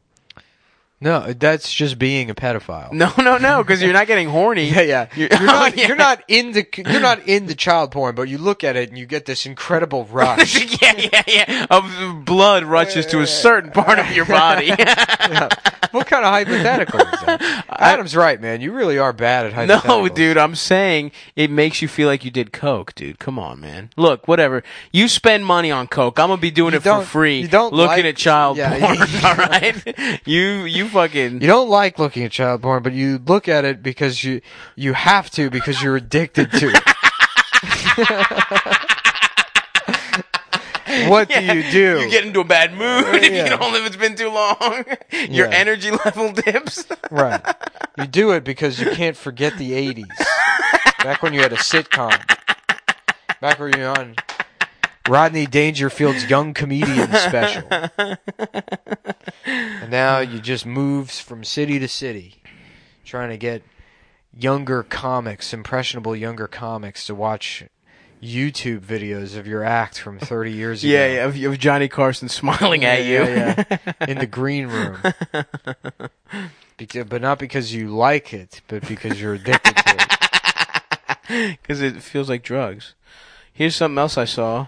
S2: No, that's just being a pedophile.
S3: No, no, no, because you're not getting horny.
S2: Yeah, yeah. You're,
S3: You're-
S2: not,
S3: Oh, yeah.
S2: you're not into you're not into child porn, but you look at it and you get this incredible rush.
S3: yeah, yeah, yeah. Of blood rushes to a certain part of your body.
S2: what kind of hypothetical is that? Adam's right, man. You really are bad at hypotheticals.
S3: No, dude, I'm saying it makes you feel like you did coke, dude. Come on, man. Look, whatever. You spend money on coke. I'm gonna be doing it for
S2: don't-
S3: free.
S2: you don't
S3: looking
S2: like-
S3: at child
S2: yeah,
S3: porn.
S2: yeah.
S3: all right, you you fucking
S2: You don't like looking at child porn, but you look at it because you you have to because you're addicted to it. what do you do?
S3: you get into a bad mood if you
S2: Yeah.
S3: can only if it's been too long. Your
S2: Yeah.
S3: energy level dips.
S2: Right. You do it because you can't forget the 80s. Back when you had a sitcom. Back when you were on Rodney Dangerfield's Young Comedian Special. And now you just moves from city to city trying to get younger comics, impressionable younger comics to watch YouTube videos of your act from 30 years ago.
S3: yeah, yeah. Of, of Johnny Carson smiling at you.
S2: Yeah, yeah, yeah. in the green room. Beca- but not because you like it, but because you're addicted to it.
S3: because it feels like drugs. Here's something else I saw.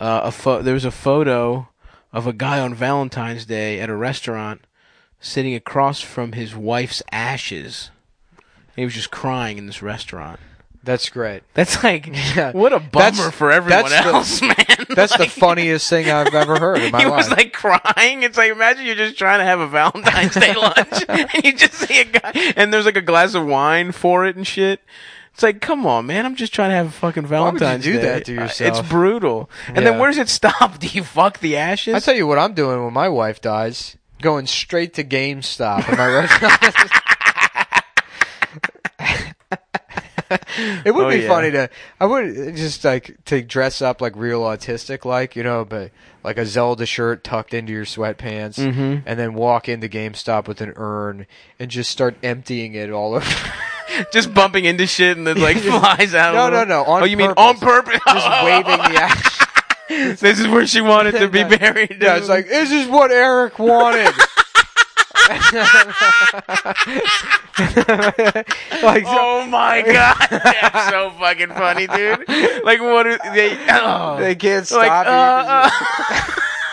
S3: Uh, a pho- there was a photo of a guy on Valentine's Day at a restaurant sitting across from his wife's ashes. He was just crying in this restaurant.
S2: That's great.
S3: That's like
S2: Yeah.
S3: what a bummer
S2: That's-
S3: for everyone
S2: that's the-
S3: else, man.
S2: That's the
S3: Like,
S2: funniest thing I've ever heard in my
S3: he
S2: life.
S3: was like crying. It's like imagine you're just trying to have a Valentine's Day lunch and you just see a guy and there's like a glass of wine for it and shit. It's like, come on, man! I'm just trying to have a fucking
S2: would you
S3: Valentine's
S2: do
S3: Day.
S2: that to
S3: Uh,
S2: yourself?
S3: It's brutal. And
S2: Yeah.
S3: then where does it stop? Do you fuck the ashes?
S2: I tell you what I'm doing when my wife dies. Going straight to GameStop in my restaurant. it would
S3: Oh,
S2: be
S3: yeah.
S2: funny to I would just like to dress up like real autistic like, you know, but like a Zelda shirt tucked into your sweatpants
S3: Mm-hmm.
S2: and then walk into GameStop with an urn and just start emptying it all over.
S3: just bumping into shit and then like flies out. a
S2: No,
S3: little-
S2: no, no, on
S3: oh, you mean
S2: purpose.
S3: on purpose?
S2: just waving the ash.
S3: this is where she wanted to be
S2: Yeah.
S3: buried.
S2: Yeah, it's like this is what Eric wanted. like
S3: Oh my god, that's so fucking funny, dude! Like, what are they? Oh.
S2: they can't
S3: like,
S2: stop
S3: uh,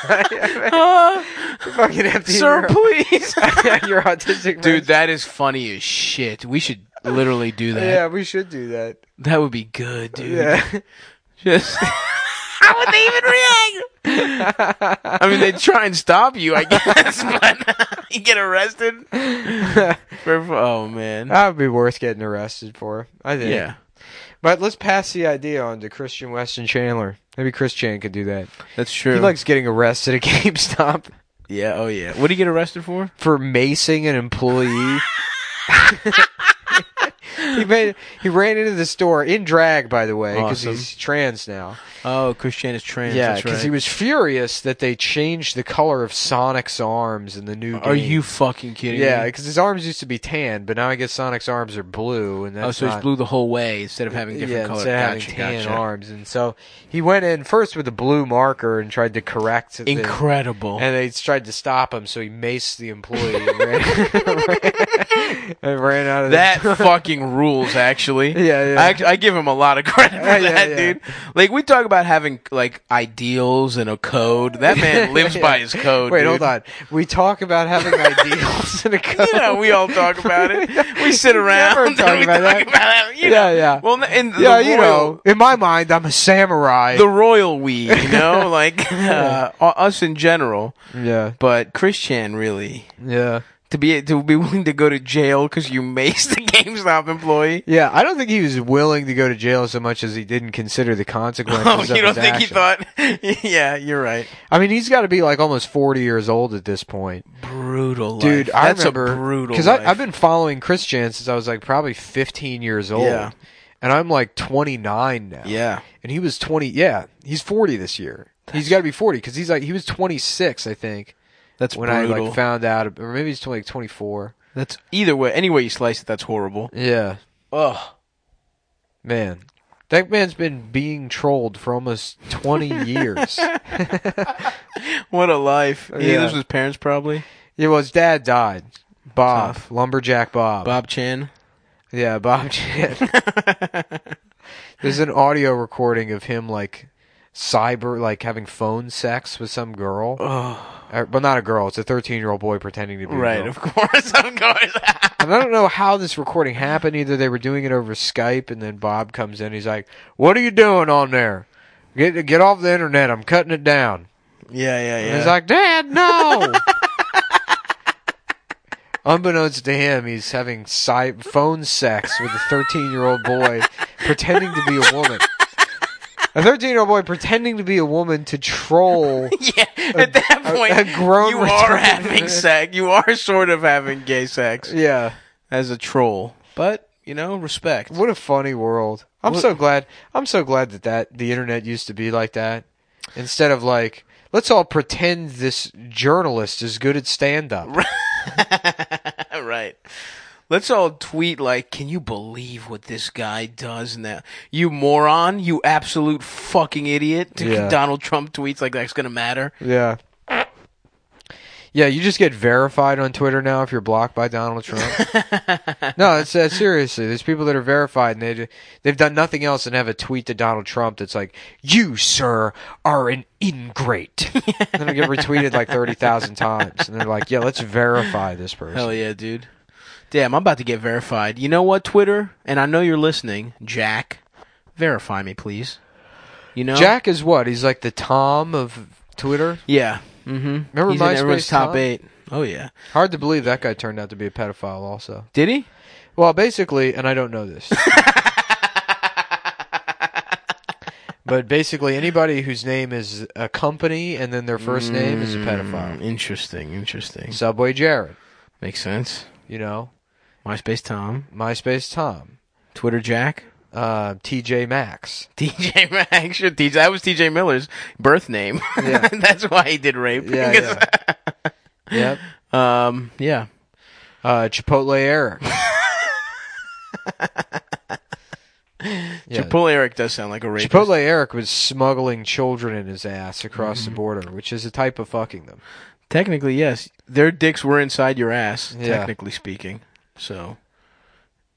S3: uh,
S2: you. You fucking empty
S3: sir, please.
S2: your, your autistic
S3: Dude,
S2: friends.
S3: that is funny as shit. We should literally do that.
S2: Yeah, we should do that.
S3: That would be good, dude.
S2: Yeah.
S3: Just how would they even react? I mean, they'd try and stop you, I guess, but you get arrested. For, oh man.
S2: That would be worth getting arrested for. I think.
S3: Yeah,
S2: But let's pass the idea on to Christian Weston Chandler. Maybe Chris Chan could do that.
S3: that's true.
S2: He likes getting arrested at GameStop
S3: yeah, oh yeah. What do you get arrested for?
S2: for macing an employee. he made he ran into the store in drag, by the way, because
S3: Awesome.
S2: he's trans now.
S3: Oh, Christian is trans.
S2: yeah,
S3: that's
S2: because
S3: right.
S2: he was furious that they changed the color of Sonic's arms in the new.
S3: Are
S2: game.
S3: you fucking kidding me?
S2: Yeah, because his arms used to be tan, but now I guess Sonic's arms are blue, and that's
S3: Oh, so
S2: not,
S3: he's blue the whole way instead of having different
S2: yeah,
S3: color.
S2: instead of having
S3: Gotcha,
S2: tan
S3: gotcha.
S2: arms, and so he went in first with a blue marker and tried to correct the-
S3: Incredible.
S2: and they tried to stop him, so he maced the employee and ran, and ran out of the
S3: that
S2: store.
S3: fucking rules, actually.
S2: Yeah, yeah.
S3: I, act- I give him a lot of credit for
S2: Yeah, yeah,
S3: that,
S2: yeah.
S3: dude. Like we talk about having like ideals and a code. That man lives
S2: Yeah.
S3: by his code.
S2: Wait,
S3: dude.
S2: hold on. We talk about having ideals and a code.
S3: You know, we all talk about it. We sit around
S2: never
S3: and
S2: talk
S3: we
S2: about
S3: talk
S2: that.
S3: about that. You
S2: Yeah,
S3: know.
S2: yeah.
S3: Well, and the
S2: yeah,
S3: royal,
S2: you know, in my mind, I'm a samurai.
S3: the royal we, you know, like uh, us in general,
S2: yeah,
S3: but Christian really.
S2: yeah,
S3: to be to be willing to go to jail because you maced the GameStop employee.
S2: yeah. I don't think he was willing to go to jail so much as he didn't consider the consequences.
S3: Oh,
S2: of
S3: you
S2: his
S3: don't think
S2: action.
S3: he thought? yeah, you're right.
S2: I mean, he's got to be like almost 40 years old at this point,
S3: Brutal,
S2: dude.
S3: life.
S2: I
S3: That's
S2: remember
S3: a brutal.
S2: because
S3: life.
S2: I've been following Chris Jan since I was like probably 15 years old,
S3: Yeah.
S2: and I'm like 29 now.
S3: yeah,
S2: and he was 20. Yeah, he's 40 this year. he's got to be 40 because he's like he was 26, I think,
S3: That's
S2: when I
S3: brutal.
S2: like found out, or maybe he's like 24.
S3: that's either way. Any way you slice it, that's horrible.
S2: Yeah,
S3: Ugh.
S2: man, that man's been being trolled for almost 20 years.
S3: What a life. Yeah. He
S2: Yeah.
S3: lives with his parents probably.
S2: Yeah, well, his dad died, Bob,
S3: Tough.
S2: lumberjack Bob.
S3: Bob Chan.
S2: Yeah, Bob Chan. There's an audio recording of him like cyber, like having phone sex with some girl.
S3: Oh,
S2: Uh, but not a girl. It's a 13 year old boy pretending to be A
S3: right,
S2: girl.
S3: of course, of course.
S2: And I don't know how this recording happened. Either they were doing it over Skype, and then Bob comes in. He's like, "What are you doing on there? Get get off the internet. I'm cutting it down."
S3: yeah, yeah,
S2: And
S3: yeah.
S2: he's like, "Dad, no." Unbeknownst to him, he's having cy- phone sex with a 13 year old boy pretending to be a woman. A 13 year old boy pretending to be a woman to troll.
S3: yeah, at that
S2: a-
S3: point,
S2: a grown
S3: you are
S2: retarded
S3: having
S2: man.
S3: sex. You are sort of having gay sex
S2: Yeah.
S3: as a troll, but you know, respect.
S2: What a funny world. I'm
S3: What-
S2: so glad. I'm so glad that, that the internet used to be like that. Instead of like, let's all pretend this journalist is good at stand up.
S3: right. Let's all tweet like, "Can you believe what this guy does now? You moron! You absolute fucking idiot!"
S2: Yeah.
S3: Donald Trump tweets like that's gonna matter.
S2: Yeah. Yeah, you just get verified on Twitter now if you're blocked by Donald Trump. no, it's uh, seriously. There's people that are verified and they they've done nothing else than have a tweet to Donald Trump that's like, "You sir are an ingrate." and then it get retweeted like thirty thousand times, and they're like, "Yeah, let's verify this person."
S3: Hell yeah, dude! Damn, I'm about to get verified. You know what, Twitter? And I know you're listening, Jack. Verify me, please. You know,
S2: Jack is what? He's like the Tom of Twitter.
S3: Yeah. Mm-hmm.
S2: Remember
S3: He's in
S2: MySpace
S3: everyone's top
S2: Tom?
S3: eight. Oh yeah.
S2: Hard to believe that guy turned out to be a pedophile. Also,
S3: Did he?
S2: well, basically, and I don't know this, but basically, anybody whose name is a company and then their first name is a pedophile.
S3: Mm, Interesting. Interesting.
S2: Subway Jared,
S3: Makes sense.
S2: you know,
S3: MySpace Tom,
S2: MySpace Tom,
S3: Twitter Jack.
S2: uh, TJ Maxx.
S3: TJ Maxx. Sure, TJ, that was TJ Miller's birth name.
S2: Yeah.
S3: That's why he did rape.
S2: Yeah, yeah. yep.
S3: yeah. Um, yeah.
S2: Uh, Chipotle Eric. Yeah.
S3: Chipotle Eric does sound like a rapist.
S2: Chipotle Eric was smuggling children in his ass across the border, which is a type of fucking them.
S3: Technically, yes. Their dicks were inside your ass,
S2: Yeah.
S3: technically speaking. So,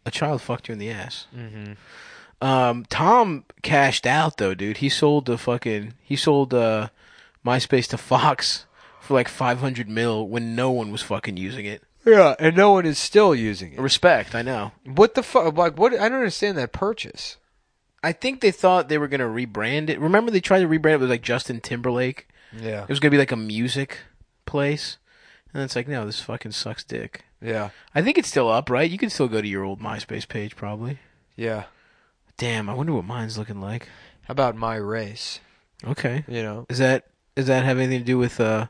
S3: a child fucked you in the ass.
S2: Mm-hmm.
S3: Um, Tom cashed out though, dude. He sold the fucking he sold uh, MySpace to Fox for like 500 mil when no one was fucking using it.
S2: Yeah, and no one is still using it.
S3: Respect, I know.
S2: What the fuck? Like, what? I don't understand that purchase.
S3: I think they thought they were gonna rebrand it. Remember they tried to rebrand it, it was like Justin Timberlake.
S2: Yeah,
S3: It was gonna be like a music place, and it's like no, this fucking sucks dick.
S2: yeah,
S3: I think it's still up, right? You can still go to your old MySpace page, probably.
S2: yeah.
S3: Damn, I wonder what mine's looking like.
S2: How about my race?
S3: Okay,
S2: You know,
S3: is that is that have anything to do with uh,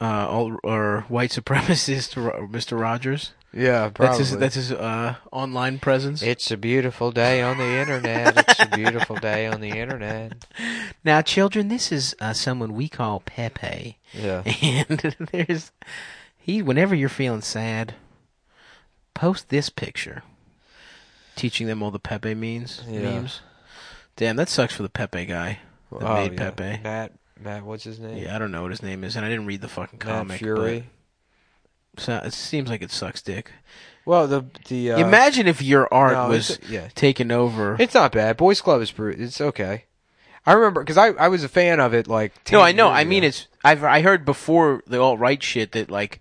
S3: uh, all, or white supremacist Ro- Mr. Rogers?
S2: yeah, probably.
S3: That's his that's his uh, online presence.
S2: it's a beautiful day on the internet. It's a beautiful day on the internet.
S3: now, children, this is uh, someone we call Pepe,
S2: Yeah,
S3: and there's he. Whenever you're feeling sad, post this picture, teaching them all the Pepe means
S2: Yeah.
S3: memes. Damn, that sucks for the Pepe guy.
S2: Oh,
S3: that made Pepe.
S2: Matt, Matt, what's his name?
S3: Yeah, I don't know what his name is, and I didn't read the fucking
S2: Matt
S3: comic.
S2: Fury.
S3: but so- it seems like it sucks dick.
S2: Well, the the uh,
S3: Imagine if your art
S2: no,
S3: was
S2: it's- yeah.
S3: taken over.
S2: It's not bad. Boys Club is pretty, it's okay. I remember because I, I was a fan of it. Like 10
S3: no, I know.
S2: years
S3: I mean,
S2: ago.
S3: it's. I've I heard before the alt right shit that like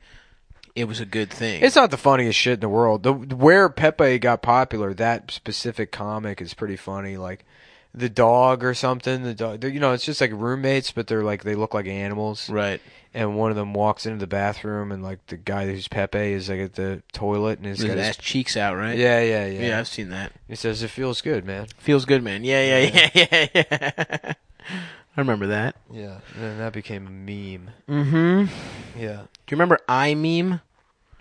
S3: it was a good thing.
S2: it's not the funniest shit in the world. The where Pepe got popular, that specific comic is pretty funny. Like the dog or something. The dog, you know, it's just like roommates, but they're like they look like animals.
S3: right.
S2: And one of them walks into the bathroom, and like the guy who's Pepe is like at the toilet, and he's
S3: His
S2: got his,
S3: ass cheeks out. Right.
S2: yeah, yeah,
S3: Yeah.
S2: yeah.
S3: I've seen that.
S2: He says it feels good, man.
S3: Feels good, man. Yeah. Yeah. Yeah. Yeah. Yeah. I remember that.
S2: Yeah. And then that became a meme.
S3: Mm-hmm.
S2: Yeah.
S3: Do you remember iMeme?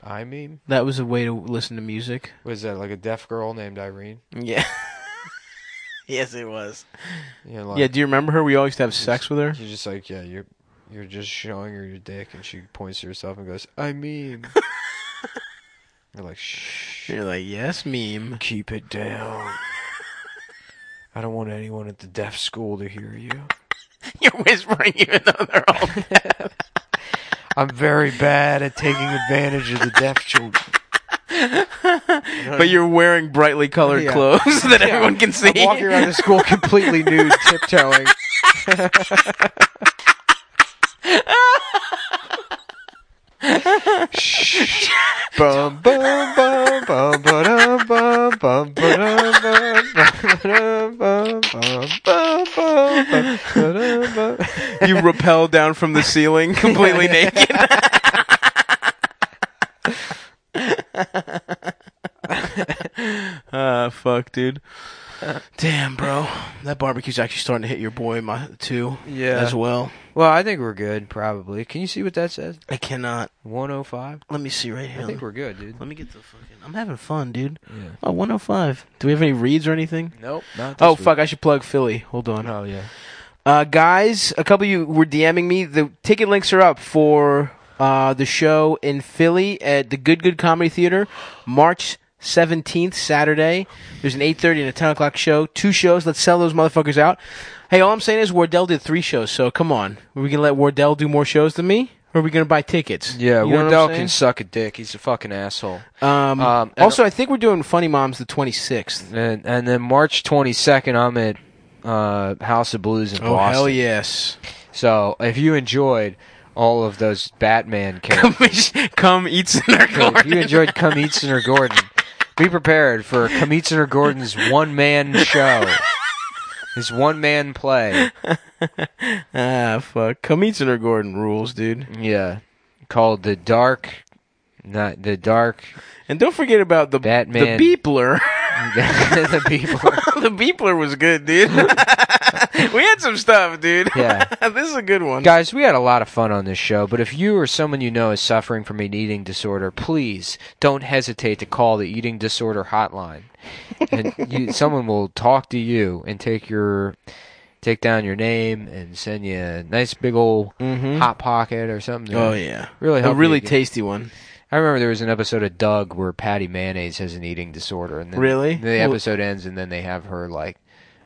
S2: I meme.
S3: That was a way to listen to music.
S2: Was that like a deaf girl named Irene?
S3: Yeah.
S1: yes, it was.
S2: Yeah, like,
S3: Yeah, do you remember her? We always used to have sex with her.
S2: You're just like, yeah, you're you're just showing her your dick, and she points to herself and goes, "I mean." you're like, shh,
S3: You're like, yes, meme.
S2: keep it down. I don't want anyone at the deaf school to hear you.
S1: You're whispering even though they're all dead.
S2: I'm very bad at taking advantage of the deaf children.
S3: But you're wearing brightly colored
S2: Yeah.
S3: clothes that everyone can see.
S2: I'm walking around the school completely nude, tiptoeing. Shh. Bum, bum, bum, bum, ba-dum, bum, bum, ba-dum, bum, ba-dum, bum, bum, bum, bum, bum, ba-dum, bum.
S3: you rappel down from the ceiling completely naked. Ah, fuck, dude. Damn, bro, that barbecue's actually starting to hit your boy, my too,
S2: Yeah.
S3: as well.
S2: Well, I think we're good, probably. Can you see what that says?
S3: I cannot.
S2: 105?
S3: Let me see right here.
S2: I think we're good, dude.
S3: Let me get the fucking. I'm having fun, dude.
S2: Yeah.
S3: Oh, 105. Do we have any reads or anything?
S2: Nope. Not
S3: Oh fuck! I should plug Philly. Hold on.
S2: Oh, yeah.
S3: Uh, guys, a couple of you were DMing me. The ticket links are up for uh, the show in Philly at the Good Good Comedy Theater, March seventeenth, Saturday. There's an eight thirty and a ten o'clock show. Two shows. Let's sell those motherfuckers out. Hey, all I'm saying is Wardell did three shows, so come on. Are we gonna let Wardell do more shows than me? Or are we gonna buy tickets?
S2: Yeah,
S3: You know what I'm
S2: Wardell
S3: saying?
S2: can suck a dick. He's a fucking asshole.
S3: Um,
S2: Um, and-
S3: also, I think we're doing Funny Moms the twenty sixth.
S2: And and then March 22nd, I'm at uh, House of Blues in
S3: Oh
S2: Boston.
S3: hell yes!
S2: So if you enjoyed all of those Batman characters,
S3: Come eat dinner,
S2: if you enjoyed Come Eatsoner Gordon, be prepared for Come Eatsoner Gordon's one man show. His one man play.
S3: Ah, fuck. Kamitsun or Gordon rules, dude.
S2: Yeah. Called The Dark. Not the dark,
S3: And don't forget about the
S2: Batman.
S3: the beepler.
S2: the people.
S3: the beepler was good, dude. we had some stuff, dude.
S2: Yeah.
S3: this is a good one.
S2: Guys, we had a lot of fun on this show, but if you or someone you know is suffering from an eating disorder, please don't hesitate to call the eating disorder hotline. And you, someone will talk to you and take your take down your name and send you a nice big old
S3: Mhm.
S2: hot pocket or something. to
S3: Oh yeah.
S2: Really
S3: a
S2: help
S3: really
S2: you get-
S3: tasty one.
S2: I remember there was an episode of Doug where Patty Mayonnaise has an eating disorder, and then
S3: Really?
S2: the episode ends, and then they have her like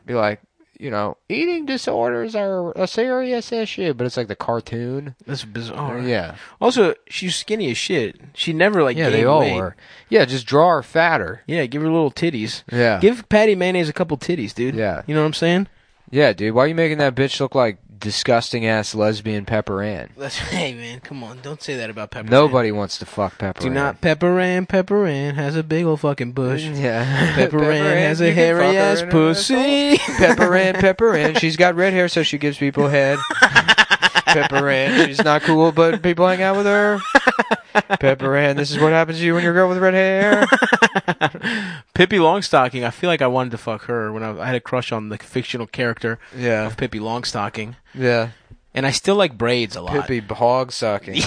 S2: be like, you know, eating disorders are a serious issue, but it's like the cartoon.
S3: That's bizarre.
S2: Yeah,
S3: Also, she's skinny as shit. She never like
S2: yeah,
S3: gained
S2: they all
S3: weight.
S2: were. Yeah, just draw her fatter.
S3: Yeah, give her little titties.
S2: Yeah,
S3: Give Patty Mayonnaise a couple titties, dude.
S2: Yeah.
S3: You know what I'm saying?
S2: yeah, dude. Why are you making that bitch look like disgusting ass lesbian Pepper Ann?
S3: That's hey man, come on, don't say that about Pepper.
S2: Nobody wants to fuck Pepper.
S3: Do
S2: Ann.
S3: not Pepper Ann, Pepper Ann has a big old fucking bush.
S2: Mm-hmm. Yeah,
S3: Pepper Ann has
S2: you
S3: a
S2: can fuck
S3: hairy
S2: her
S3: ass
S2: in her asshole.
S3: pussy.
S2: Pepper Ann, Pepper Ann. She's got red hair, so she gives people head. Pepper Ann, she's not cool, but people hang out with her. Pepper Ann, this is what happens to you when you're a girl with red hair.
S3: Pippi Longstocking. I feel like I wanted to fuck her when I, I had a crush on the fictional character
S2: Yeah,
S3: of Pippi Longstocking,
S2: yeah.
S3: and I still like braids a lot.
S2: Pippi hog sucking.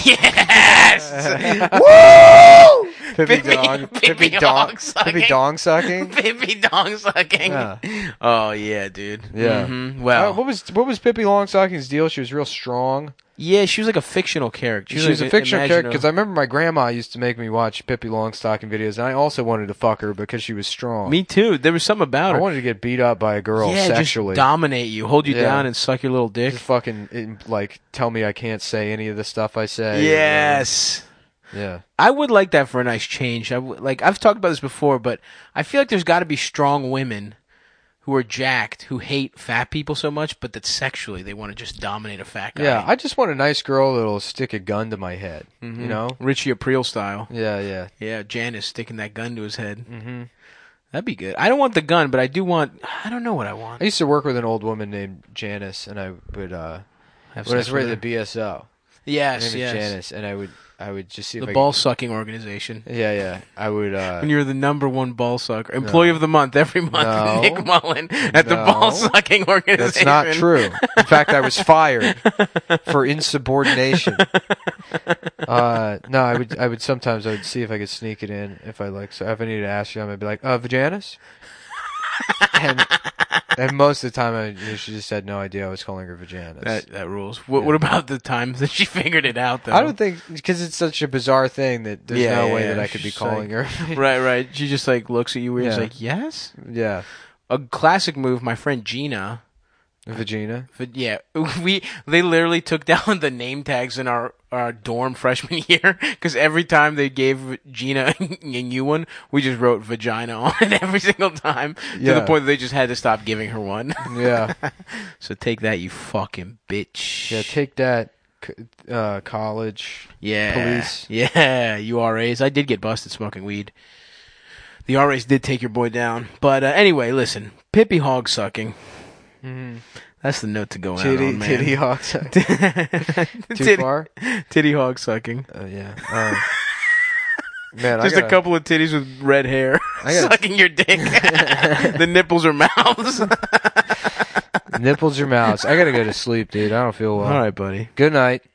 S1: Yes!
S2: Woo! Pippi
S1: Pippi-
S2: dong.
S1: Pippi
S2: Pippi
S1: hog
S2: dong.
S1: sucking.
S2: Pippi dong sucking.
S1: Baby dong sucking.
S2: Yeah.
S1: Oh, yeah, dude.
S2: Yeah.
S3: Mhm.
S2: Uh,
S3: Wow.
S2: what was what was Pippi Longstocking's deal? She was real strong.
S3: yeah, she was like a fictional character.
S2: She, was a fictional character because I
S3: I-
S2: remember my grandma used to make me watch Pippi Longstocking videos, and I also wanted to fuck her because she was strong.
S3: me too. There was something about
S2: I
S3: her.
S2: wanted to get beat up by a girl
S3: yeah,
S2: sexually.
S3: just dominate you, hold you
S2: Yeah.
S3: down, and suck your little dick.
S2: Just fucking it- like tell me I can't say any of the stuff I say.
S3: Yes.
S2: Yeah.
S3: I would like that for a nice change. I would like I've talked about this before, but I feel like there's got to be strong women who are jacked, who hate fat people so much, but that sexually they want to just dominate a fat guy.
S2: Yeah. I just want a nice girl that'll stick a gun to my head.
S3: Mm-hmm.
S2: You know?
S3: Richie Aprile style.
S2: Yeah, yeah.
S3: Yeah, Janice sticking that gun to his head. Mm-hmm. That'd be good. I don't want the gun, but I do want. I don't know what I want.
S2: I used to work with an old woman named Janice and I would uh
S3: Have
S2: when I
S3: sex
S2: was
S3: with
S2: working
S3: her.
S2: at the BSO. Her
S3: yes,
S2: name
S3: yes.
S2: is Janice and I would I would just see if
S3: The
S2: I
S3: ball sucking organization.
S2: could, Yeah, yeah. I would uh
S3: When you're the number one ball sucker, employee of the month every month,
S2: No.
S3: Nick Mullen at the
S2: No.
S3: ball sucking
S2: That's
S3: organization.
S2: not true. In fact, I was fired for insubordination. Uh, no, I would. I would sometimes. I would see if I could sneak it in. If I like, so if I needed to ask you, I'd be like, "Uh, Vajanis," and and most of the time, I, you know, she just had no idea I was calling her vaginas.
S3: That that rules. What, what about the times that she figured it out though?
S2: I don't think because it's such a bizarre thing that there's
S3: Yeah,
S2: no
S3: yeah,
S2: way
S3: yeah.
S2: that I could be
S3: She's
S2: calling her.
S3: right, right. She just like looks at you weird. She's
S2: Yeah.
S3: like, yes.
S2: yeah,
S3: A classic move. My friend Gina.
S2: vagina.
S3: But yeah, we they literally took down the name tags in our our dorm freshman year because every time they gave Gina a new one, we just wrote vagina on it every single time to
S2: Yeah.
S3: the point that they just had to stop giving her one.
S2: Yeah,
S3: so take that, you fucking bitch.
S2: yeah. Take that, c- uh, college.
S3: Yeah.
S2: Police.
S3: Yeah, URAs. I did get busted smoking weed. The RAs did take your boy down. But uh, anyway, listen. Pippy hog sucking. That's the note to go out
S2: Mm-hmm. Titty,
S3: on, man.
S2: titty hawks. Too
S3: titty,
S2: far?
S3: titty hog sucking.
S2: Uh, yeah. Um, man, I
S3: Just
S2: gotta,
S3: a couple of titties with red hair
S2: I gotta-
S3: sucking your dick. the nipples or mouths. All
S2: Nipples or mouths. I gotta go to sleep, dude. I don't feel well.
S3: right, buddy.
S2: Good night.